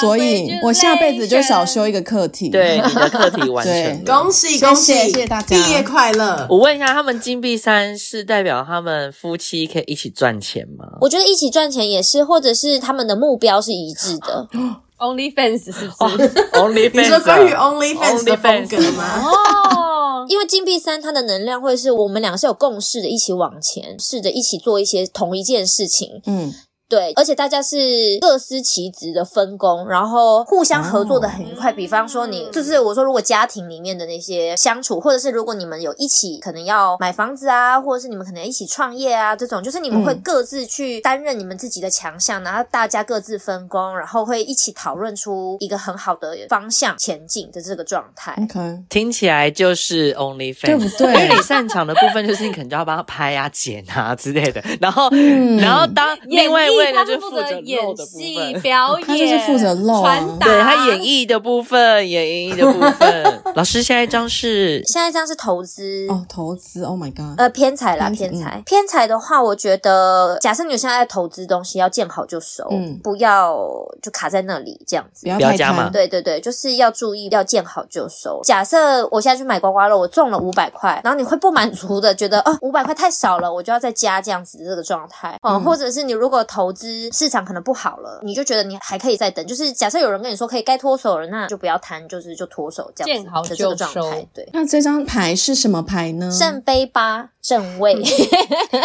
C: 所以我下辈子就少修一
A: 个。
C: 个课题。
B: 对你的课题完成
C: 对
B: 了。
F: 恭喜恭喜，
C: 谢谢谢谢大家
F: 毕业快乐！
B: 我问一下，他们金币三是代表他们夫妻可以一起赚钱吗？
E: 我觉得一起赚钱也是，或者是他们的目标是一致的。
A: 嗯 Only fans 是不是？
B: Only
F: 你
B: fans，啊
F: 说关于 OnlyFans 的风格 吗？
A: 哦，
E: 因为金币三它的能量会是我们两个是有共识的，一起往前，试着一起做一些同一件事情。
C: 嗯，
E: 对，而且大家是各司其职的分工，然后互相合作的很愉快。比方说你，就是我说，如果家庭里面的那些相处，或者是如果你们有一起可能要买房子啊，或者是你们可能一起创业啊，这种就是你们会各自去担任你们自己的强项，然后大家各自分工，然后会一起讨论出一个很好的方向前进的这个状态。
C: OK，
B: 听起来就是 Only
C: 对
B: Fans，
C: 不对
B: 因为你擅长的部分就是你可能就要帮他拍啊、剪啊之类的，然后，
C: 嗯
B: 然后当另外一位呢，
A: 他
B: 就是负
A: 负
B: 责
A: 责
B: 肉
A: 演
B: 的部
A: 戏、
B: 分。
A: 表演，
C: 他就是负责露啊
A: 传达。
B: 对他演绎的部分，演绎的部分。老师，下一张是
E: 现在这样是投资
C: 哦，投资，Oh my
B: 嗯
C: god！
E: 呃，偏财啦，
C: 偏
E: 偏
C: 财
E: 财，偏财的话，我觉得假设你有现在在投资东西，要见好就收，
C: 嗯
E: 不要就卡在那里这样子
C: 不。要
B: 不要
C: 太
B: 加
C: 贪
B: 码
E: 对对对，就是要注意，要见好就收。假设我现在去买刮刮乐，我中了五百块，然后你会不满足的，觉得哦五百块太少了，我就要再加这样子这个状态哦、
C: 嗯
E: 或者是你如果投资市场可能不好了，你就觉得你还可以再等。就是假设有人跟你说可以该脱手了，那就不要贪，就是就脱手这样
A: 见
E: 子
A: 好
E: 的这个
A: 就
E: 状
A: 收
E: 态。对，
C: 那这张牌是什么牌呢？
E: 圣杯八正位。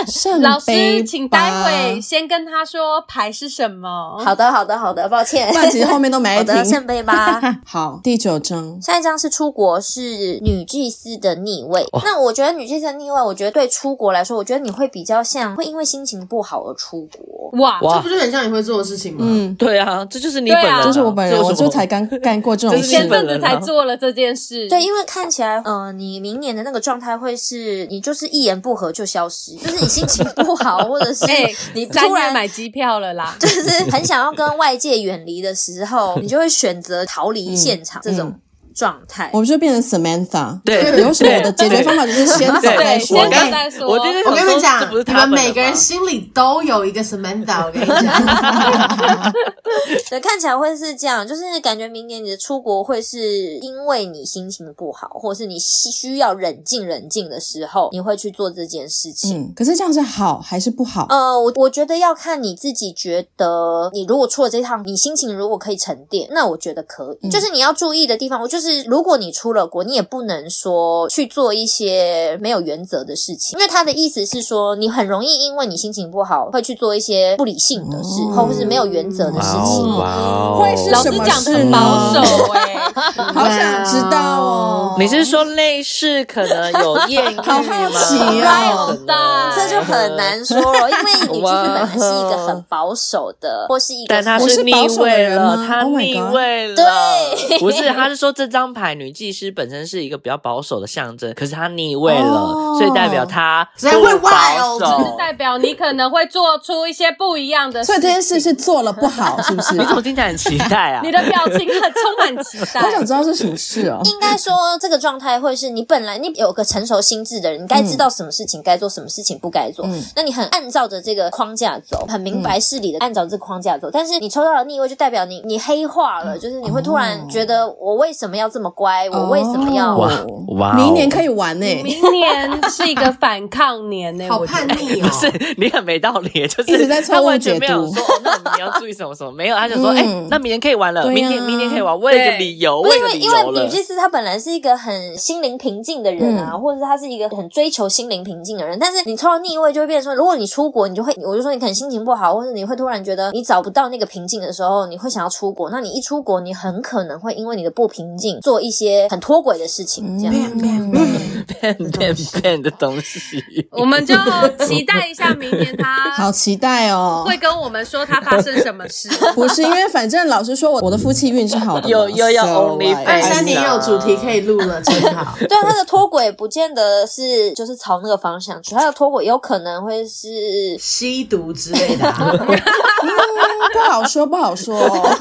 C: 圣
A: 老
C: 杯
A: 师，请待
C: 八
A: 会先跟他说牌是什么。
E: 好的，好的，好的，抱歉
C: 不。然 其实后面都没
E: 好
C: 停
E: 的，。圣杯吧。
C: 好，第九章，
E: 下一张是出国，是女祭司的逆位。
C: 哦
E: 那我觉得女祭司的逆位，我觉得对出国来说，我觉得你会比较像会因为心情不好而出国。
A: 哇，
B: 哇
F: 这不就很像你会做的事情吗？
C: 嗯，
B: 对啊，这就是你本人
A: 对
B: 啊、
A: 啊
C: 这是我本人，
B: 这
C: 我
B: 有什
C: 就
B: 么
C: 才刚干过这种
B: 这是
C: 事
A: 前
B: 日本
A: 阵子才做了这件事。
E: 对，因为看起来，呃，你明年的那个状态会是你就是一言不合就消失，就是你心情不好，或者 是
A: 哎
E: 你
A: 三
E: 突
A: 月
E: 然
A: 买机票了啦。
E: 就是很想要跟外界远离的时候，你就会选择逃离现
C: 嗯
E: 场这种状态。
C: 我就变成 Samantha。
B: 对
C: 有什么我的解决方法就是先走再
A: 对，
C: 说。
A: 先
B: 我
A: 等
B: 刚
A: 再说。
B: 我今天
F: 我跟你们
B: 这
F: 讲，
B: 不是
F: 你
B: 他
F: 们
B: 本
F: 每个人
B: 吗
F: 心里都有一个 Samantha，我跟你讲，
E: 对，看起来会是这样，就是感觉明年你的出国会是因为你心情不好，或是你需需要冷静冷静的时候，你会去做这件事情。
C: 嗯，可是这样是好还是不好？
E: 呃，我我觉得要看你自己觉得，你如果出了这趟，你心情如果可以沉淀，那我觉得可以。
C: 嗯
E: 就是你要注意的地方，我就是如果你出了国，你也不能说去做一些没有原则的事情，因为他的意思是说，你很容易因为你心情不好，会去做一些不理性的事，
C: 哦
E: 或是没有原则的事
B: 哦
E: 情。
C: 会是
A: 老
C: 什
A: 师
C: 么
A: 讲的
C: 事
A: 很
C: 呢
A: 保守哎，
C: 好想知道哦。
B: 你是说类似可能有 艳遇吗？
C: 好好奇
A: 哦
B: 可能
E: 这就很难说了， 因为女祭司本来是一个很保守的，或是一个
B: 但他
C: 我是
B: 逆
C: 保守的
B: 位
C: 人
B: 了，
C: 吗
B: 他
C: Oh my
B: 逆
C: God
B: 位了，
E: 对
B: 不是，他是说这张牌女祭司本身是一个比较保守的象征，可是他逆位了，
C: 哦
B: 所以代表他
F: 所以会
B: 不保
F: wild
B: 守。
A: 代表你可能会做出一些不一样的
C: 所以
A: 事
C: 这。件事是做了不好，是不 是？
B: 你怎么
C: 我
B: 听起来很期待啊
A: 你？的表情很充满期待。
C: 想知道是什么事哦。
E: 应该说，这个状态会是你本来你有个成熟心智的人，你该知道什么事情该做，什么事情不该做。
C: 嗯
E: 那你很按照着这个框架走，很明白事理的按照这框架走。
C: 嗯
E: 但是你抽到了逆位，就代表你你黑化了，就是你会突然觉得我为什么要这么乖？ 我为什么要？
C: 哦
B: 哇哦
C: 明年可以玩呢，
A: 明年是一个反抗年呢、
F: 好
A: 我觉得
F: 叛逆 哦！
B: 不是，你很没道理，就是
C: 一直在错误
B: 他完全没
C: 解读
B: 有说，哦，那你要注意什么什么？没有，他就说，
C: 嗯
B: 哎、那明年可以玩了，
C: 对啊
B: 明天明年可以玩，为了一个理由，
E: 不是
B: 为了
E: 因为
B: 理
E: 因为
B: 由
E: 女
B: 了。
E: 祭司她本来是一个很心灵平静的人
B: 嗯
E: 啊，或者是她是一个很追求心灵平静的人，但是你抽到逆位就会变成说，如果你出国，你就会我就说你可能心情不好，或者你会突然觉得你找不到那个平静的时候，你会想要出国。那你一出国，你很可能会因为你的不平静做一些很脱轨的事情，这样。
B: 嗯
F: Man, man, man
B: 变变变的东西。
A: 我们就期待一下明年
C: 好
A: 他
C: 期待哦！
A: 会跟我们说他发生什么事。
C: 不是因为反正老师说我我的夫妻运是好的嘛，
B: 又又要
C: so 哎
B: only
C: like-
F: 二三年有主题可以录了，真 好。
E: 对啊，它的脱轨不见得是就是朝那个方向去，它的脱轨有可能会是
F: 吸毒之类的啊、。
C: 嗯不好说，不好 说哦。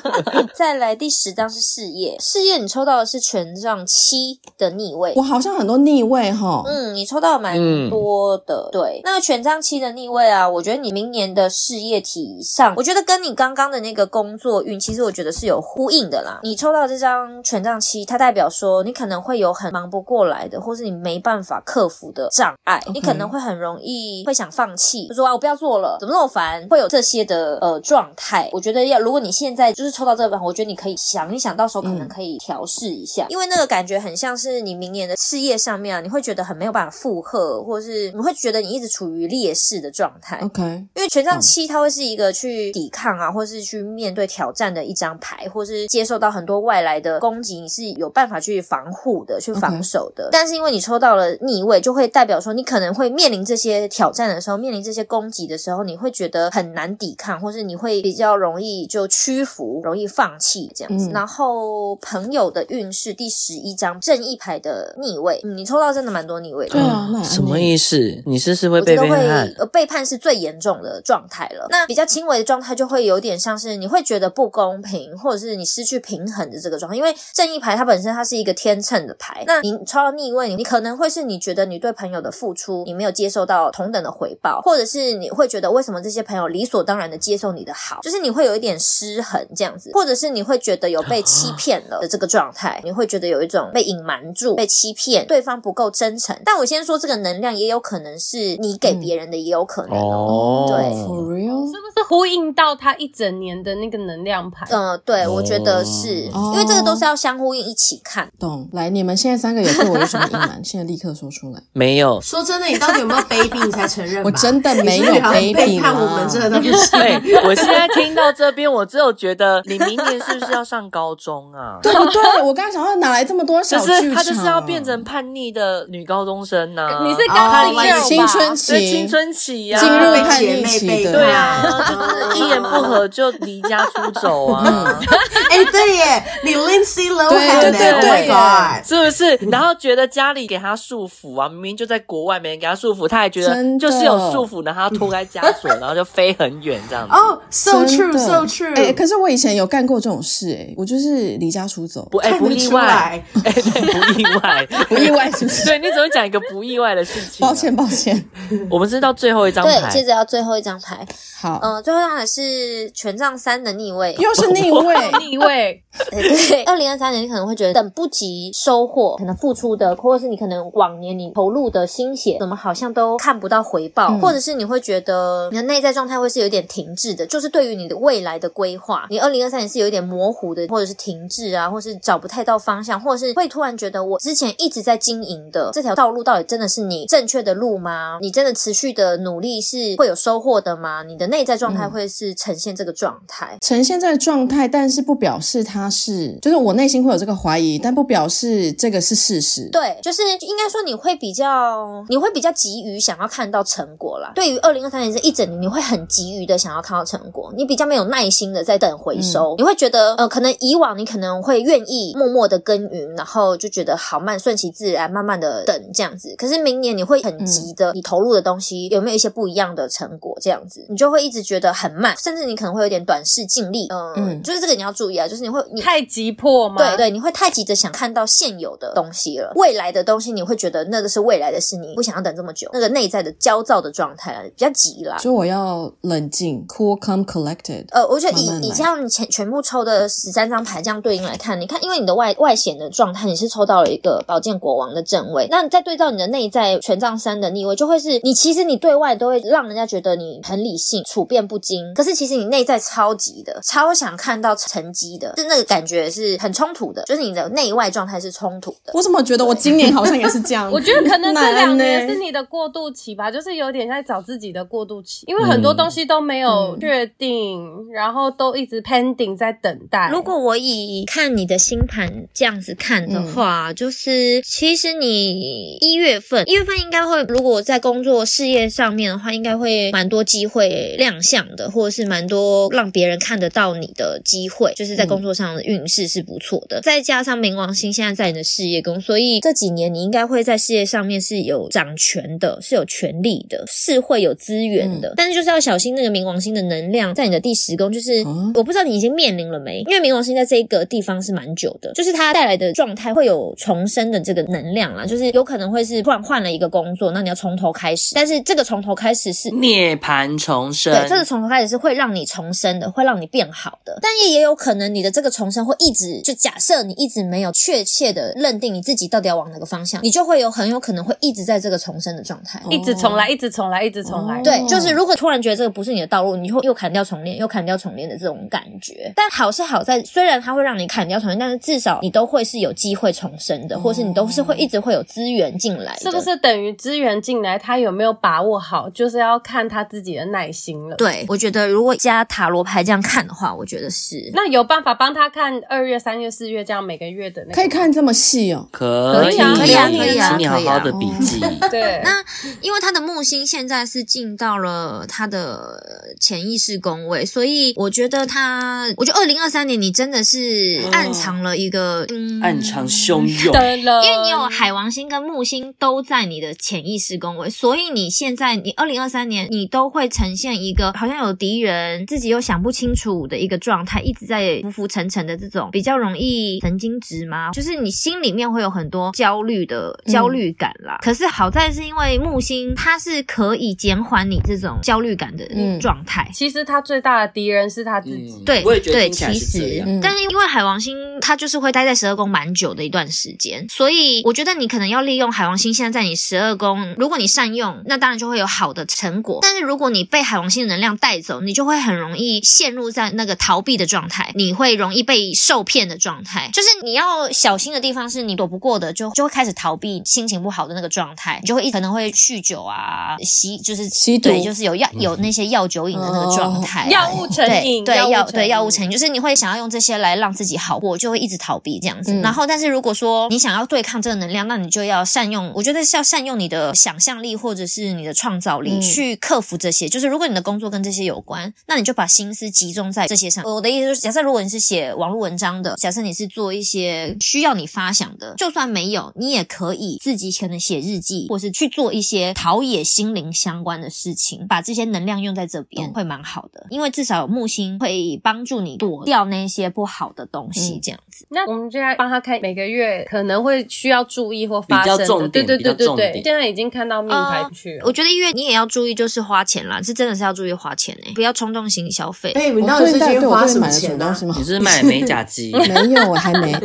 E: 再来第十张是事业，事业你抽到的是权杖七的逆位
C: 我。好像很多逆位哈，
E: 嗯，你抽到蛮多的，对。那权杖七的逆位啊，我觉得你明年的事业体上，我觉得跟你刚刚的那个工作运，其实我觉得是有呼应的啦。你抽到这张权杖七，它代表说你可能会有很忙不过来的，或是你没办法克服的障碍，你可能会很容易会想放弃，就说啊我不要做了，怎么那么烦，会有这些的呃状态。我觉得要如果你现在就是抽到这个版，我觉得你可以想一想，到时候可能可以调试一下，因为那个感觉很像是你明年的事业上面啊，你会觉得很没有办法负荷，或是你会觉得你一直处于劣势的状态。
C: OK，
E: 因为权
C: 嗯
E: 杖七，它会是一个去抵抗啊，或是去面对挑战的一张牌，或是接受到很多外来的攻击，你是有办法去防护的、去防守的。但是因为你抽到了逆位，就会代表说你可能会面临这些挑战的时候，面临这些攻击的时候，你会觉得很难抵抗，或是你会比较容易就屈服、容易放弃这样子。
C: 嗯
E: 然后朋友的运势第十一张正义牌的逆位，嗯你抽到真的蛮多逆位的。
C: 对啊， 那
B: 什么意思？你是不是会
E: 我觉
B: 被
E: 得
B: 背
E: 会
B: 叛？
E: 呃背叛是最严重的状态了。那比较轻微的状态就会有点像是你会觉得不公平，或者是你失去平衡的这个状态。因为正义牌它本身它是一个天秤的牌，那你抽到逆位，你你可能会是你觉得你对朋友的付出你没有接受到同等的回报，或者是你会觉得为什么这些朋友理所当然的接受你的好，就是你会有一点失衡这样子，或者是你会觉得有被
B: 啊
E: 欺骗了的这个状态，你会觉得有一种被隐瞒住、被欺骗，对方不够真诚。但我先说这个能量也有可能是你给别人的，也有可能哦。
C: ？For
B: 哦，
C: real？
A: 是不是呼应到他一整年的那个能量
B: 哦
A: 牌？
E: 嗯、对，我觉得是、
C: 哦
E: 因为这个都是要相呼应一起看。
C: 懂。来，你们现在三个有对我有什么隐瞒？现在立刻说出来。
B: 没有
F: 说真的，你到底有没有卑鄙，你才承认吧？
C: 我真的没有
F: 你是不是
C: 卑
F: 背
C: 鄙
F: 叛我们这个
C: 啦。
F: 东西。
B: 对，我现在听到这边，我只有觉得你明年是不是要上高中 啊？
C: 对不对？我刚才想到哪来这么多
B: 就
C: 小剧
B: 是
C: 场？
B: 她就是要变成叛逆的女高中生呐、
A: 你
C: 啊
A: 是
F: 哦
A: 刚
F: 来
A: 进
C: 青春
B: 所以
C: 期，啊
B: 青春期呀、
C: 进入
F: 被
C: 叛
F: 姐
C: 逆
F: 妹
C: 期
F: 背
C: 的，
F: 叛
B: 对 啊，就是一言不合就离家出走啊，
C: 嗯
F: 哎、对耶，你 Lindsay Lohan
C: 对对对
F: 呢
C: 对
F: ？Oh my god！
B: 是不是？然后觉得家里给他束缚啊，明明就在国外，没人给他束缚，他还觉得
C: 真的
B: 就是有束缚，然后他脱开枷锁，然后就飞很远这样子。
F: 哦、s o
C: 真的
F: true，so true。
C: 哎、可是我以前有干过这种事、哎，我就是离家出走，
B: 不，哎、
F: 看
B: 不
F: 得
B: 意
F: 出
B: 外
F: 来，
B: 哎、对， 不意外，
C: 不意外是不是？
B: 对你怎么讲一个不意外的事情、啊
C: 抱，歉，抱歉。
B: 我们是到最后一张
E: 对，接
B: 牌，
E: 着要最后一张牌，
C: 好，
E: 嗯、最后一张牌是权杖三的逆位，
C: 又是逆位，
A: 逆位，
E: 对，二零二三年你可能会觉得等不及收获，可能付出的，或者是你可能往年你投入的心血，怎么好像都看不到回报，或者是你会觉得你的内在状态会是有点停滞的，就是对于你的未来的规划，你二零二三年是有一点模糊的，或者是停滞啊，或是找不太到方向，或者是会突然觉得我之前一直在经营的这条道路到底真的是你正确的路吗？你真的持续的努力是会有收获的吗？你的内在状态会是呈现这个状态，
C: 呈现在状态，但是不表示它是，就是我内心会有这个怀疑，但不表示这个是事实。，
E: 对，就是应该说你会比较，你会比较急于想要看到成果啦。对于二零二三年这一整年，你会很急于的想要看到成果，你比较没有耐心的在等
C: 嗯
E: 回收，你会觉得呃，可能以往你可能会愿意默默的耕耘，然后就觉得好慢，顺其自然，慢慢的等这样子。可是明年你会
C: 嗯
E: 很急的，你投入的东西有没有一些不一样的成果？这样子，你就会一直觉得很慢，甚至你可能会有点短视近利。嗯，
C: 嗯
E: 就是这个你要注意啊，就是你会你
A: 太急迫吗？
E: 对对，你会太急着想看到现有的东西了，未来的东西你会觉得那个是未来的事，你不想要等这么久，那个内在的焦躁的状态啊，比较急啦。
C: 所以我要冷静，cool come collected。
E: 呃，我觉得以
C: 慢慢来
E: 以这样全全部抽的十三张牌这样对应来看，你看，因为你的外外显的状态，你是抽到了一个宝剑国王的正位，那你再对照你的内在权杖三的逆位，就会是你其实你对外都会让人家觉得你很理性、处变不惊，可是其实你内在超级的，超想看到成绩的，是那个感觉是很冲突的，就是你的内外状态是冲突的。
C: 我怎么觉得我今年好像也是这样？
A: 我觉得可能这两
E: 欸
A: 年是
C: 你
A: 你的过渡期吧，就是有点在找自己的过渡期，因为很多东西都没有
E: 嗯
A: 确定，然后都一直 pending 在等待。
E: 如果我以看你的星盘这样子看的话，就是其实你你一月份，一月份应该会，如果在工作事业上面的话，应该会蛮多机会亮相的，或者是蛮多让别人看得到你的机会，就是在工作上的运势是不错的。再加上冥王星现在在你的事业宫，所以这几年你应该会在事业上面是有掌权的，是有权利的，是会有资源的。但是就是要小心那个冥王星的能量在你的第十宫，就是、
C: 啊
E: 我不知道你已经面临了没，因为冥王星在这个地方是蛮久的，就是它带来的状态会有重生的这个能量啦，就是有可能会是突然换了一个工作，那你要从头开始，但是这个从头开始是
B: 涅槃重生，
E: 对，这个从头开始是会让你重生的，会让你变好的。但也也有可能你的这个重生会一直就假设你一直没有确切的认定你自己到底要往哪个方向，你就会有很有可能会一直在这个重生的状态。
A: 一直重来，一直重来，一直重来。
E: 对，就是如果突然觉得这个不是你的道路，你会又砍掉重练，又砍掉重练的这种感觉。但好是好在，虽然它会让你砍掉重练，但是至少你都会是有机会重生的，或是你都是会一直会有资源进来的。
A: 是不是等于资源进来，他有没有把握好，就是要看他自己的耐心了。，
E: 对，我觉得如果加塔罗牌这样看的话，我觉得是。
A: 那有办法帮他看二月、三月、四月这样每个月的那个？
C: 可以。看这么细哦。
B: 可
A: 可以啊可以啊
E: 可以啊嗯
B: 请你好好的
E: 可
B: 笔记。
A: 对，
E: 那因为他的木星现在是进到了他的潜意识宫位，所以我觉得他，我觉得二零二三年你真的是暗藏了一个、嗯
B: 暗藏汹涌，
A: 等了，
E: 因为你有海王星跟木星都在你的潜意识宫位，所以你现在你二零二三年你都会呈现一个好像有敌人，自己又想不清楚的一个状态，一直在浮浮沉沉的这种，比较容易神经质吗？就是你心里面会有很多焦虑的焦虑感啦。可是好在是因为木星它是可以减缓你这种焦虑感的
C: 嗯
E: 状态。
A: 其实他最大的敌人是他自己。
B: 嗯
E: 对，
B: 我也觉得
E: 对，
B: 听起来
E: 其
B: 是这
E: 实
B: 样，。
C: 嗯
E: 但是因为海王星它就是会待在十二宫蛮久的一段时间，所以我觉得你可能要利用海王星现在在你十二宫，如果你善用，那当然就会有好的成果。但是如果你被海王星的能量带走，你就会很容易陷入在那个逃避的状态，你会容易被受骗的状态。就是你要小心的地方是你躲不过的，就就会开始逃避心情不好的那个状态，你就会一可能会酗酒啊，吸嗯就是
C: 吸毒
E: 对，就是有药有那些药酒瘾的那个状
C: 哦
E: 态啊、
A: 药物成瘾，
E: 对对
A: 药
E: 药
A: 物
E: 对药物成
A: 瘾，
E: 瘾，就是你会想要用这些来让自己好过，就会一直逃避这样子。
C: 嗯
E: 然后，但是如果说你想要对抗这个能量，那你就要善用，我觉得是要善用你的想象力或者是你的创造力、
C: 嗯
E: 去克服这些。就是如果你的工作跟这些有关，那你就把心思集中在这些上。我的意思就是，假设如果你是写网络文章的，假设你是做一些需要你发想的，就算没有，你也可以自己可能写日记，或是去做一些陶冶心灵相关的事情，把这些能量用在这边会蛮好的，因为至少有木星会帮助你躲掉那些不好的东西，这样子。
A: 那我们就来帮他看每个月可能会需要注意或发
B: 比
A: 生
B: 较
A: 的，
B: 重
A: 对
B: 点
A: 对对
B: 比较
A: 对
B: 重点
A: 对，现在已经看到命牌去了。
E: 我觉得，因为你也要注意，就是花钱啦，是真的是要注意花钱哎、不要冲动型消费。
F: 哎，你
C: 我
F: 到底
C: 最
F: 最
C: 近对
F: 近
C: 我
F: 花什
C: 最近
F: 么
C: 买了什
F: 钱啊
C: 么
F: 呢、
C: 东西吗
B: 你？是买美甲 机
C: 没有，我还没。哎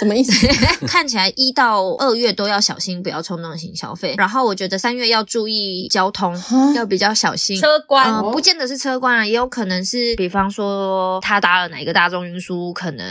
C: 什么意思？
E: 看起来一到二月都要小心，不要冲动型消费。然后我觉得三月要注意交通
C: 哈，
E: 要比较小心。
A: 车关、哦
E: 嗯，不见得是车关啊，也有可能是，比方说他搭了哪一个大众运输，可能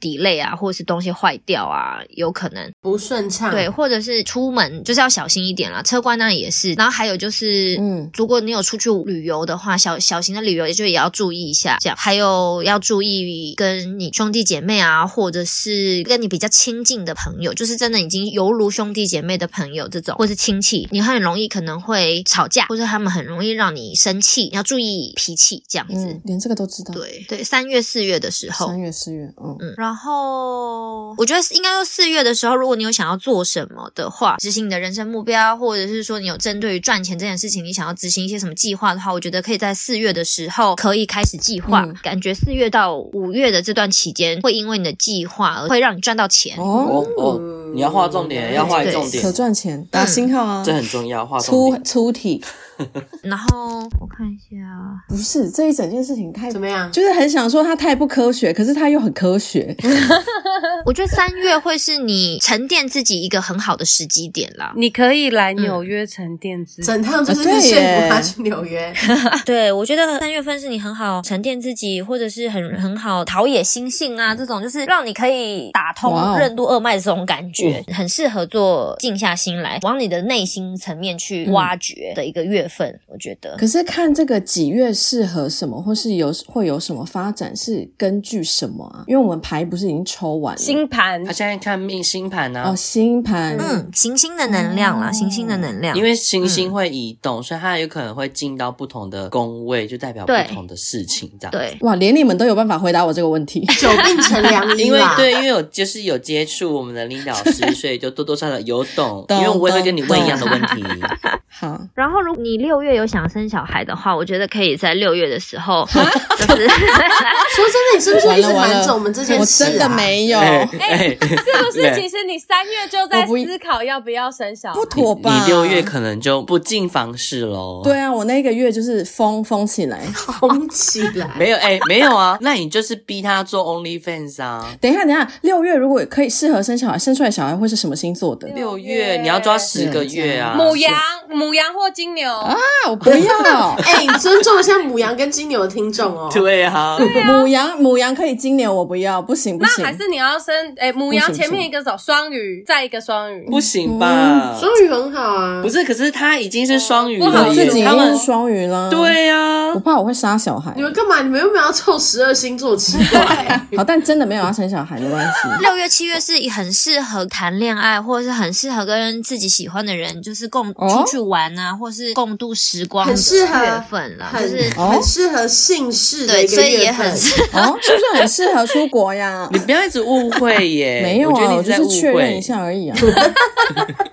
E: delay 啊，或者是东西坏掉啊，有可能
F: 不顺
C: 嗯
F: 畅，
E: 对，，或者是出门就是要小心一点啦。车关当然也是，然后还有就是，嗯
C: 嗯，
E: 如果你有出去旅游的话，小小型的旅游也就也要注意一下，这样还有要注意跟你兄弟姐妹啊，或者是跟你比较亲近的朋友，就是真的已经犹如兄弟姐妹的朋友这种，或是亲戚，你很容易可能会吵架，或者他们很容易让你生气，你要注意脾气这样子。
C: 嗯，连这个都知道。
E: 对对，三月四月的时候，
C: 三月、四月，嗯，
E: 嗯，然后我觉得是应该说四月的时候，如果你有想要做什么的话，执行你的人生目标，或者是说你有针对于赚钱这件事情，你想要执行一些什么计划的话，我觉得可以在四月的时候可以开始计划。
C: 嗯
E: 感觉四月到五月的这段期间，会因为你的计划而会让你赚到钱。
C: 哦，
B: 哦哦，你要画重点，要画
E: 对
B: 重
C: 可
B: 点，
C: 赚钱，打星号啊
B: 这。很重要，画重
C: 粗
B: 点。
C: 粗体
E: 然后我看一下，
C: 不是这一整件事情太
F: 怎么样？
C: 就是很想说它太不科学，可是它又很科学。
E: 我觉得三月会是你沉淀自己一个很好的时机点啦。
A: 你可以来纽约沉淀自己。
F: 整趟就是
C: 啊对
F: 说服
C: 耶
F: 他去纽约，
E: 对，我觉得三月份是你很好沉淀自己，或者是很很好陶冶心性啊，这种就是让你可以打
C: 哇
E: 通
C: 哦
E: 任督二脉的这种感觉。觉，很适合做静下心来往你的内心层面去挖掘的一个月份，我觉得。
C: 嗯可是看这个几月适合什么，或是有会有什么发展，是根据什么啊？因为我们牌不是已经抽完了
A: 星盘
B: 他现在看命星盘啊呢、
C: 哦，星盘，
E: 嗯，行星的能量啦，
C: 哦
E: 行星的能量，
B: 因为行
E: 嗯
B: 星会移动，所以它有可能会进到不同的宫位，就代表
E: 对
B: 不同的事情这样。
E: 对，
C: 哇，连你们都有办法回答我这个问题，
F: 久病成良医
B: 因为
F: 啦。
B: 对，因为有就是有接触我们的林老 师，所以就多多少少有懂，因
C: 懂
B: 为我也会跟你问
C: 懂
B: 一样的问题。
C: 好，
E: 然后，如果你六月有想生小孩的话，我觉得可以在六月的时 候， 就是
F: 啊说真的，你是不是
C: 完
F: 一
C: 了
F: 直
C: 完
F: 瞒
C: 了，
F: 着我们这件
C: 我
F: 事啊？
C: 真的 没有，
B: 哎哎，
A: 是不是？其实你三月就在
C: 我不
A: 思考要不要生小孩
C: 不。妥吧？
B: 你六月可能就不进房事喽。
C: 对。啊，我那个月就是疯疯起来。
F: 红起来。。
B: 没有哎、没有啊，那你就是逼他做 OnlyFans 啊。
C: 等一下，等一下，六月如果可以适合生小孩，生出来小孩会是什么星座的？
B: 六
A: 月
B: 月你要抓十个月啊，
A: 母羊、母羊或金牛，
C: 啊，我不 要
F: 哎、你尊重一下母羊跟金牛的听众哦。
B: 对啊，
C: 母羊，母羊可以今年我不要，不行不
A: 那
C: 行
A: 还。是你要生？哎，母羊
C: 不行
A: 前
C: 不
A: 面
C: 行
A: 一个走双鱼，再一个双鱼，
B: 不行吧？
C: 嗯
F: 双鱼很好啊
B: 不，是，可是他已经是双鱼
A: 不好
B: 了
A: 意
C: 哦自
A: 思
B: 耶，
C: 己
B: 他
C: 因为
B: 们
C: 是双鱼啦。，
B: 对啊
C: 我，怕我会杀小孩
F: 你。们干嘛？你们又没有要凑十二星座，奇 怪。
C: 好，但真的没有要生小孩，没关系。
E: 六月、七月是很适合谈恋爱，或者是很适合跟自己喜欢的人，就是共
C: 哦
E: 出去玩啊，或是共度时光，
F: 很适合
E: 月份啦， 就
F: 很
E: 是
C: 哦
F: 很适合姓氏的
E: 对，
F: 一个
E: 所以也
F: 月
E: 很
F: 份。
E: 适
C: 哦，是不是很适合出国 呀
B: 你？不要一直误会耶。
C: 没有
B: 我觉
C: 啊，
B: 得
C: 我
B: 你
C: 就
B: 在
C: 是
B: 误
C: 确认
B: 会
C: 一。下而已啊。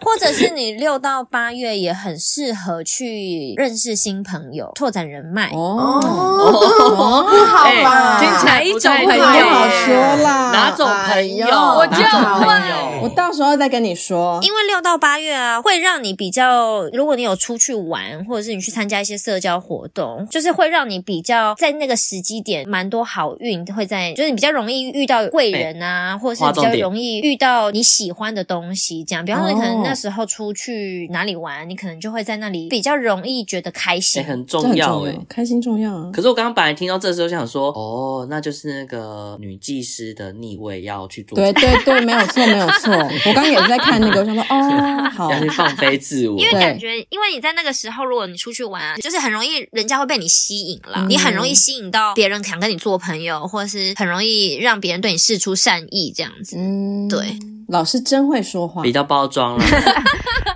E: 或者是你六到八月也很适合去认识新朋友，拓展人脉。
C: 哦，
F: 哦，不 好
B: 哎
F: 吧？
B: 听起来
A: 哪一
B: 不
A: 种
B: 太
A: 朋
B: 对
A: 友
C: 不好说啦。
B: 哪种
C: 哎
B: 朋
C: 呦
B: 友？
A: 我就
B: 哪种朋
A: 会
B: 友
C: 我到时候再跟你说。
E: 因为六到八月啊，会让你比较，如果你有出去玩，或者是你去参加一些社交活动，就是会让你比较在那个时机点，蛮多好运会在，就是你比较容易遇到贵人啊，或者是比
B: 划重
E: 较
B: 点
E: 容易遇到你喜欢的东西。这样，比方说你可能
C: 哦
E: 那时候出去哪里玩，你可能就会在那里比较容易觉得开
B: 哎
E: 心。
B: 很
C: 这
B: 重
C: 很
B: 要
C: 重
B: 哎
C: 要。，开心重要啊。
B: 可是我刚刚本来听到这时候想
C: 嗯
B: 说，哦，那就是那个女技师的逆位要去做，
C: 对对对，没有错没有 错。我刚刚也在看那个，我想说哦，好，
B: 要去放飞自我。
E: 因为
C: 对
E: 感觉，因为你在那个时候，如果你出去玩啊，就是很容易人家会被你吸引啦，
C: 嗯
E: 你很容易吸引到别人想跟你做朋友，或者是很容易让别人对你示出善意这样子。
C: 嗯，
E: 对，
C: 老师真会说话
B: 比。较包装 了，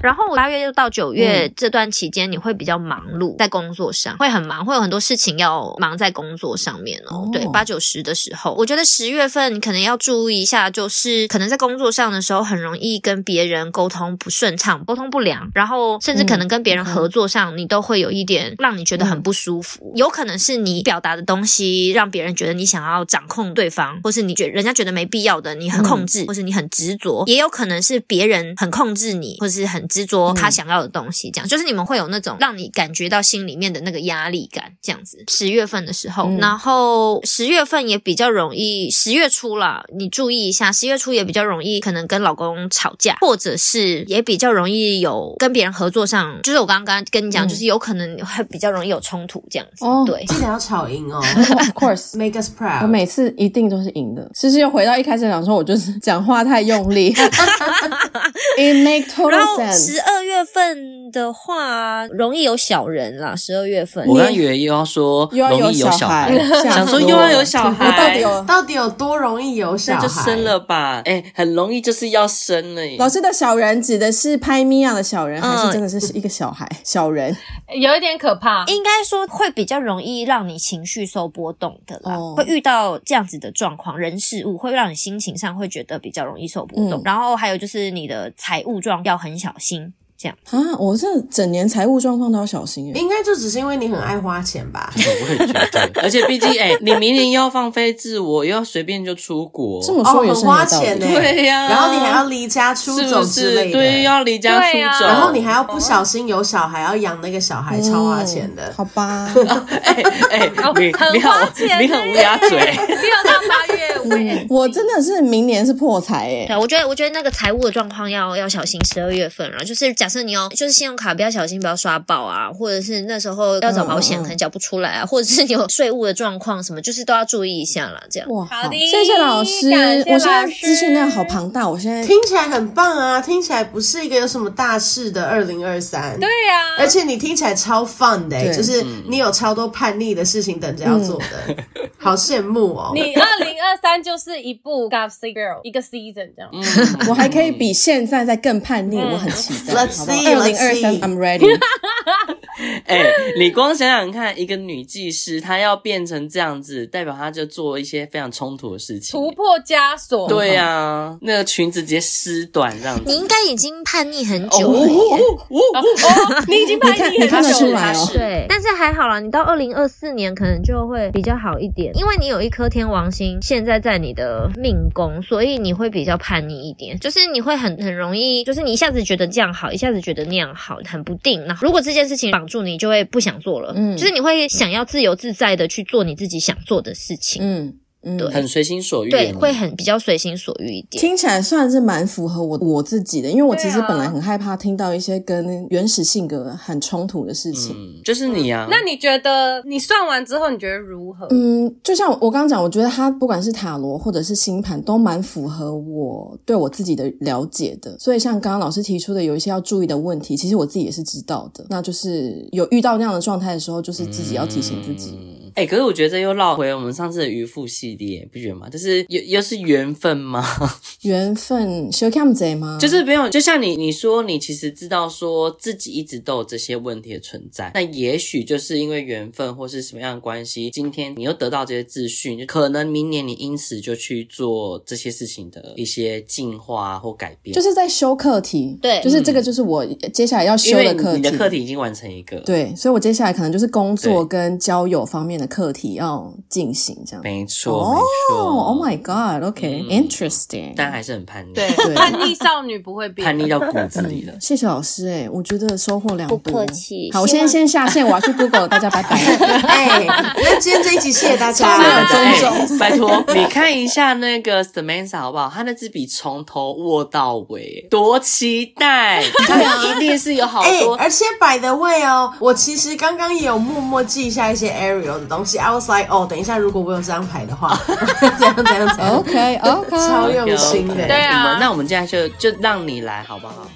E: 然后八月到九月、
C: 嗯
E: 这段期间，你会比较忙碌，在工作上会很忙，会有很多事情要忙在工作上面哦。
C: 哦
E: 对，八九十的时候，我觉得十月份你可能要注意一下，就是可能在工作上的时候，很容易跟别人沟通不顺畅，沟通不良，然后甚至可能跟别人合作上，你都会有一点让你觉得很不舒服。有可能是你表达的东西让别人觉得你想要掌控对方，或是你觉人家觉得没必要的，你很控制，或是你很执着，也有可能是别人很控制你，或是很执着他想要的东西。这样就是你们会有那种让你感觉到心里面的那个压力感，这样子。十月份的时候，
C: 嗯
E: 然后十月份也比较容易，十月初啦，你注意一下，十月初也比较容易可能跟老公吵架，或者是也比较容易有跟别人合作上，就是我刚刚跟你讲，
C: 嗯
E: 就是有可能会比较容易有冲突这样子。
C: 哦
E: 对。
F: 记得要吵赢 哦
C: Of course，
F: ，Make us
C: 我
F: proud。
C: 每次一定都是赢的。其实又回到一开始讲说，我就是讲话太 用力。It make
E: 然
C: total
E: 后
C: sense
E: 十。二月份的话，容易有小人啦。十二月份，
B: 我刚以为又要说
C: 又要
B: 容易
C: 小
B: 小
C: 孩，
B: 想
C: 想
B: 说又要有小
C: 我到底
B: 孩，
C: 有
F: 到底有多容易有小
B: 那
F: 孩？
B: 就生了吧。哎，很容易就是要生了耶。
C: 老师的小人指的是拍米娅的小人，还
E: 嗯
C: 是真的是 一个小孩小人？
A: 有一点可怕。
E: 应该说会比较容易让你情绪受波动的啦，
C: 哦
E: 会遇到这样子的状况，人事物会让你心情上会觉得比较容易受波动。
C: 嗯
E: 然后还有就是你的财务状要很小心，这样。
C: 啊，我这整年财务状况都要小心欸耶。
F: 应该就只是因为你很爱花钱吧？
B: 我也觉 得，而且毕竟哎，你明年又要放飞自我，又要随便就出国，
C: 这么
F: 哦，
C: 说也
F: 很
C: 是很
F: 花
C: 有道
F: 钱
A: 嗯
F: 呢、
C: 理。
B: 对呀
F: 然后你还要离家出
B: 是
F: 走
B: 不
F: 之
B: 是？
F: 类的，
B: 对，要离家出
A: 对啊
B: 走，
F: 然后你还要不小心有小孩，要养那个小孩，超花钱
C: 嗯
B: 哦
F: 的。
C: 好吧？
B: 哎哎，你
A: 很
B: 你
A: 花
B: 好
A: 钱，
B: 你很乌鸦
A: 六
B: 嘴。
A: 到八月
B: 嗯
A: 尾，
C: 我真的是明年是破财哎
E: 对，。我觉得我觉得那个财务的状况要要小心。十二月份啦，就是假设你有就是信用卡不要小心不要刷爆啊，或者是那时候要找保险
C: 嗯嗯嗯
E: 可能缴不出来啊，或 者是你有税务的状况什么，就是都要注意一下啦。这样
C: 哇，
A: 好的
C: 谢谢老师，
A: 感谢
C: 我现在
A: 老师
C: 资讯量好庞大，我现在
F: 听起来很棒啊，听起来不是一个有什么大事的二零二三。
B: 啊
A: 对。呀、
F: 而且你听起来超 fun 的、欸
C: 对
F: 就是你有超多叛逆的事情等着要做的， 好羡慕哦！
A: 你二零二三就是一部 g o s p Girl 一个 season 这样。
B: 嗯
C: 我还可以比现在再更叛
A: 嗯
C: 逆，我很期 待。
F: Let's
C: 好不好
F: see,
C: 二
F: let's
C: 零二三
F: see.
C: ，I'm ready。
B: 哎、你光想想看，一个女技师，她要变成这样子，代表她就做一些非常冲突的事情。
A: 突破枷锁，
B: 对啊，那个裙子直接撕短这样子。
E: 你应该已经叛逆很
B: 哦
E: 久了耶。
A: 哦， 哦你已经叛
C: 你看
A: 逆
C: 你看
A: 很
C: 得
A: 久
C: 出
A: 了，
C: 来哦
E: 对，但是还好啦，你到二零二四年可能就会比较好一点，因为你有一颗天王星现在在你的命宫，所以你会比较叛逆一点，就是你会很很容易，就是你一下子觉得这样好，一下子觉得那样好，很不定。然后如果这件事情绑住你，就会不想做了，
C: 嗯
E: 就是你会想要自由自在的去做你自己想做的事情，
C: 嗯嗯，
E: 对
B: 很随心所欲的
E: 对，
B: 你，
E: 会很比较随心所欲一点。
C: 听起来算是蛮符合我我自己的，因为我其实
A: 对啊
C: 本来很害怕听到一些跟原始性格很冲突的事情。
B: 嗯，就是你啊。
A: 那你觉得你算完之后，你觉得如何？
C: 嗯，就像我刚刚讲，我觉得它不管是塔罗或者是星盘，都蛮符合我对我自己的了解的。所以像刚刚老师提出的有一些要注意的问题，其实我自己也是知道的。那就是有遇到那样的状态的时候，就是自己要提醒自己。
B: 嗯哎、可是我觉得这又绕回我们上次的渔夫系列，不觉得吗？就是又又是缘分吗？
C: 缘分 s h o c a m 贼吗？
B: 就是没有，就像你你说，你其实知道说自己一直都有这些问题的存在，那也许就是因为缘分或是什么样的关系，今天你又得到这些资讯，可能明年你因此就去做这些事情的一些进化或改变，
C: 就是在修课题，
E: 对
C: 就是这个就是我接下来
B: 嗯
C: 要
B: 因
C: 修
B: 为
C: 课题。
B: 你的课题已经完成一个，，
C: 对，所以我接下来可能就是工作
B: 对
C: 跟交友方面的课题要进行这样。
B: 没嗯错，
C: 哦
B: 没错
C: ，Oh my God，OK，Interesting、
B: 但还是很叛逆，
D: 对，
C: 对，
A: 叛逆少女不会变，
B: 叛逆到骨子里了。
C: 谢谢老师、哎，我觉得收获良多。
E: 不客气
C: 好，我
E: 希
C: 现
E: 望
C: 在先下线，我要去 Google，大家拜拜。
F: 哎、那今天这一集谢谢大 家，
C: 充满了尊重
B: 哎拜托，你看一下那个 Samantha 好不好？她那支笔从头握到尾，多期 待！她一定是有好
F: 哎、
B: 多。
F: 而且 by the way 哦，我其实刚刚也有默默记一下一些 Ariel 的东西。I was like，哦，等一下，如果我有这张牌的话， 怎样
B: 哦
F: 怎样怎样，
C: OK OK，
F: 超用心的。
B: 欸
A: 对啊
B: 我们那我们现在就就让你来好不好？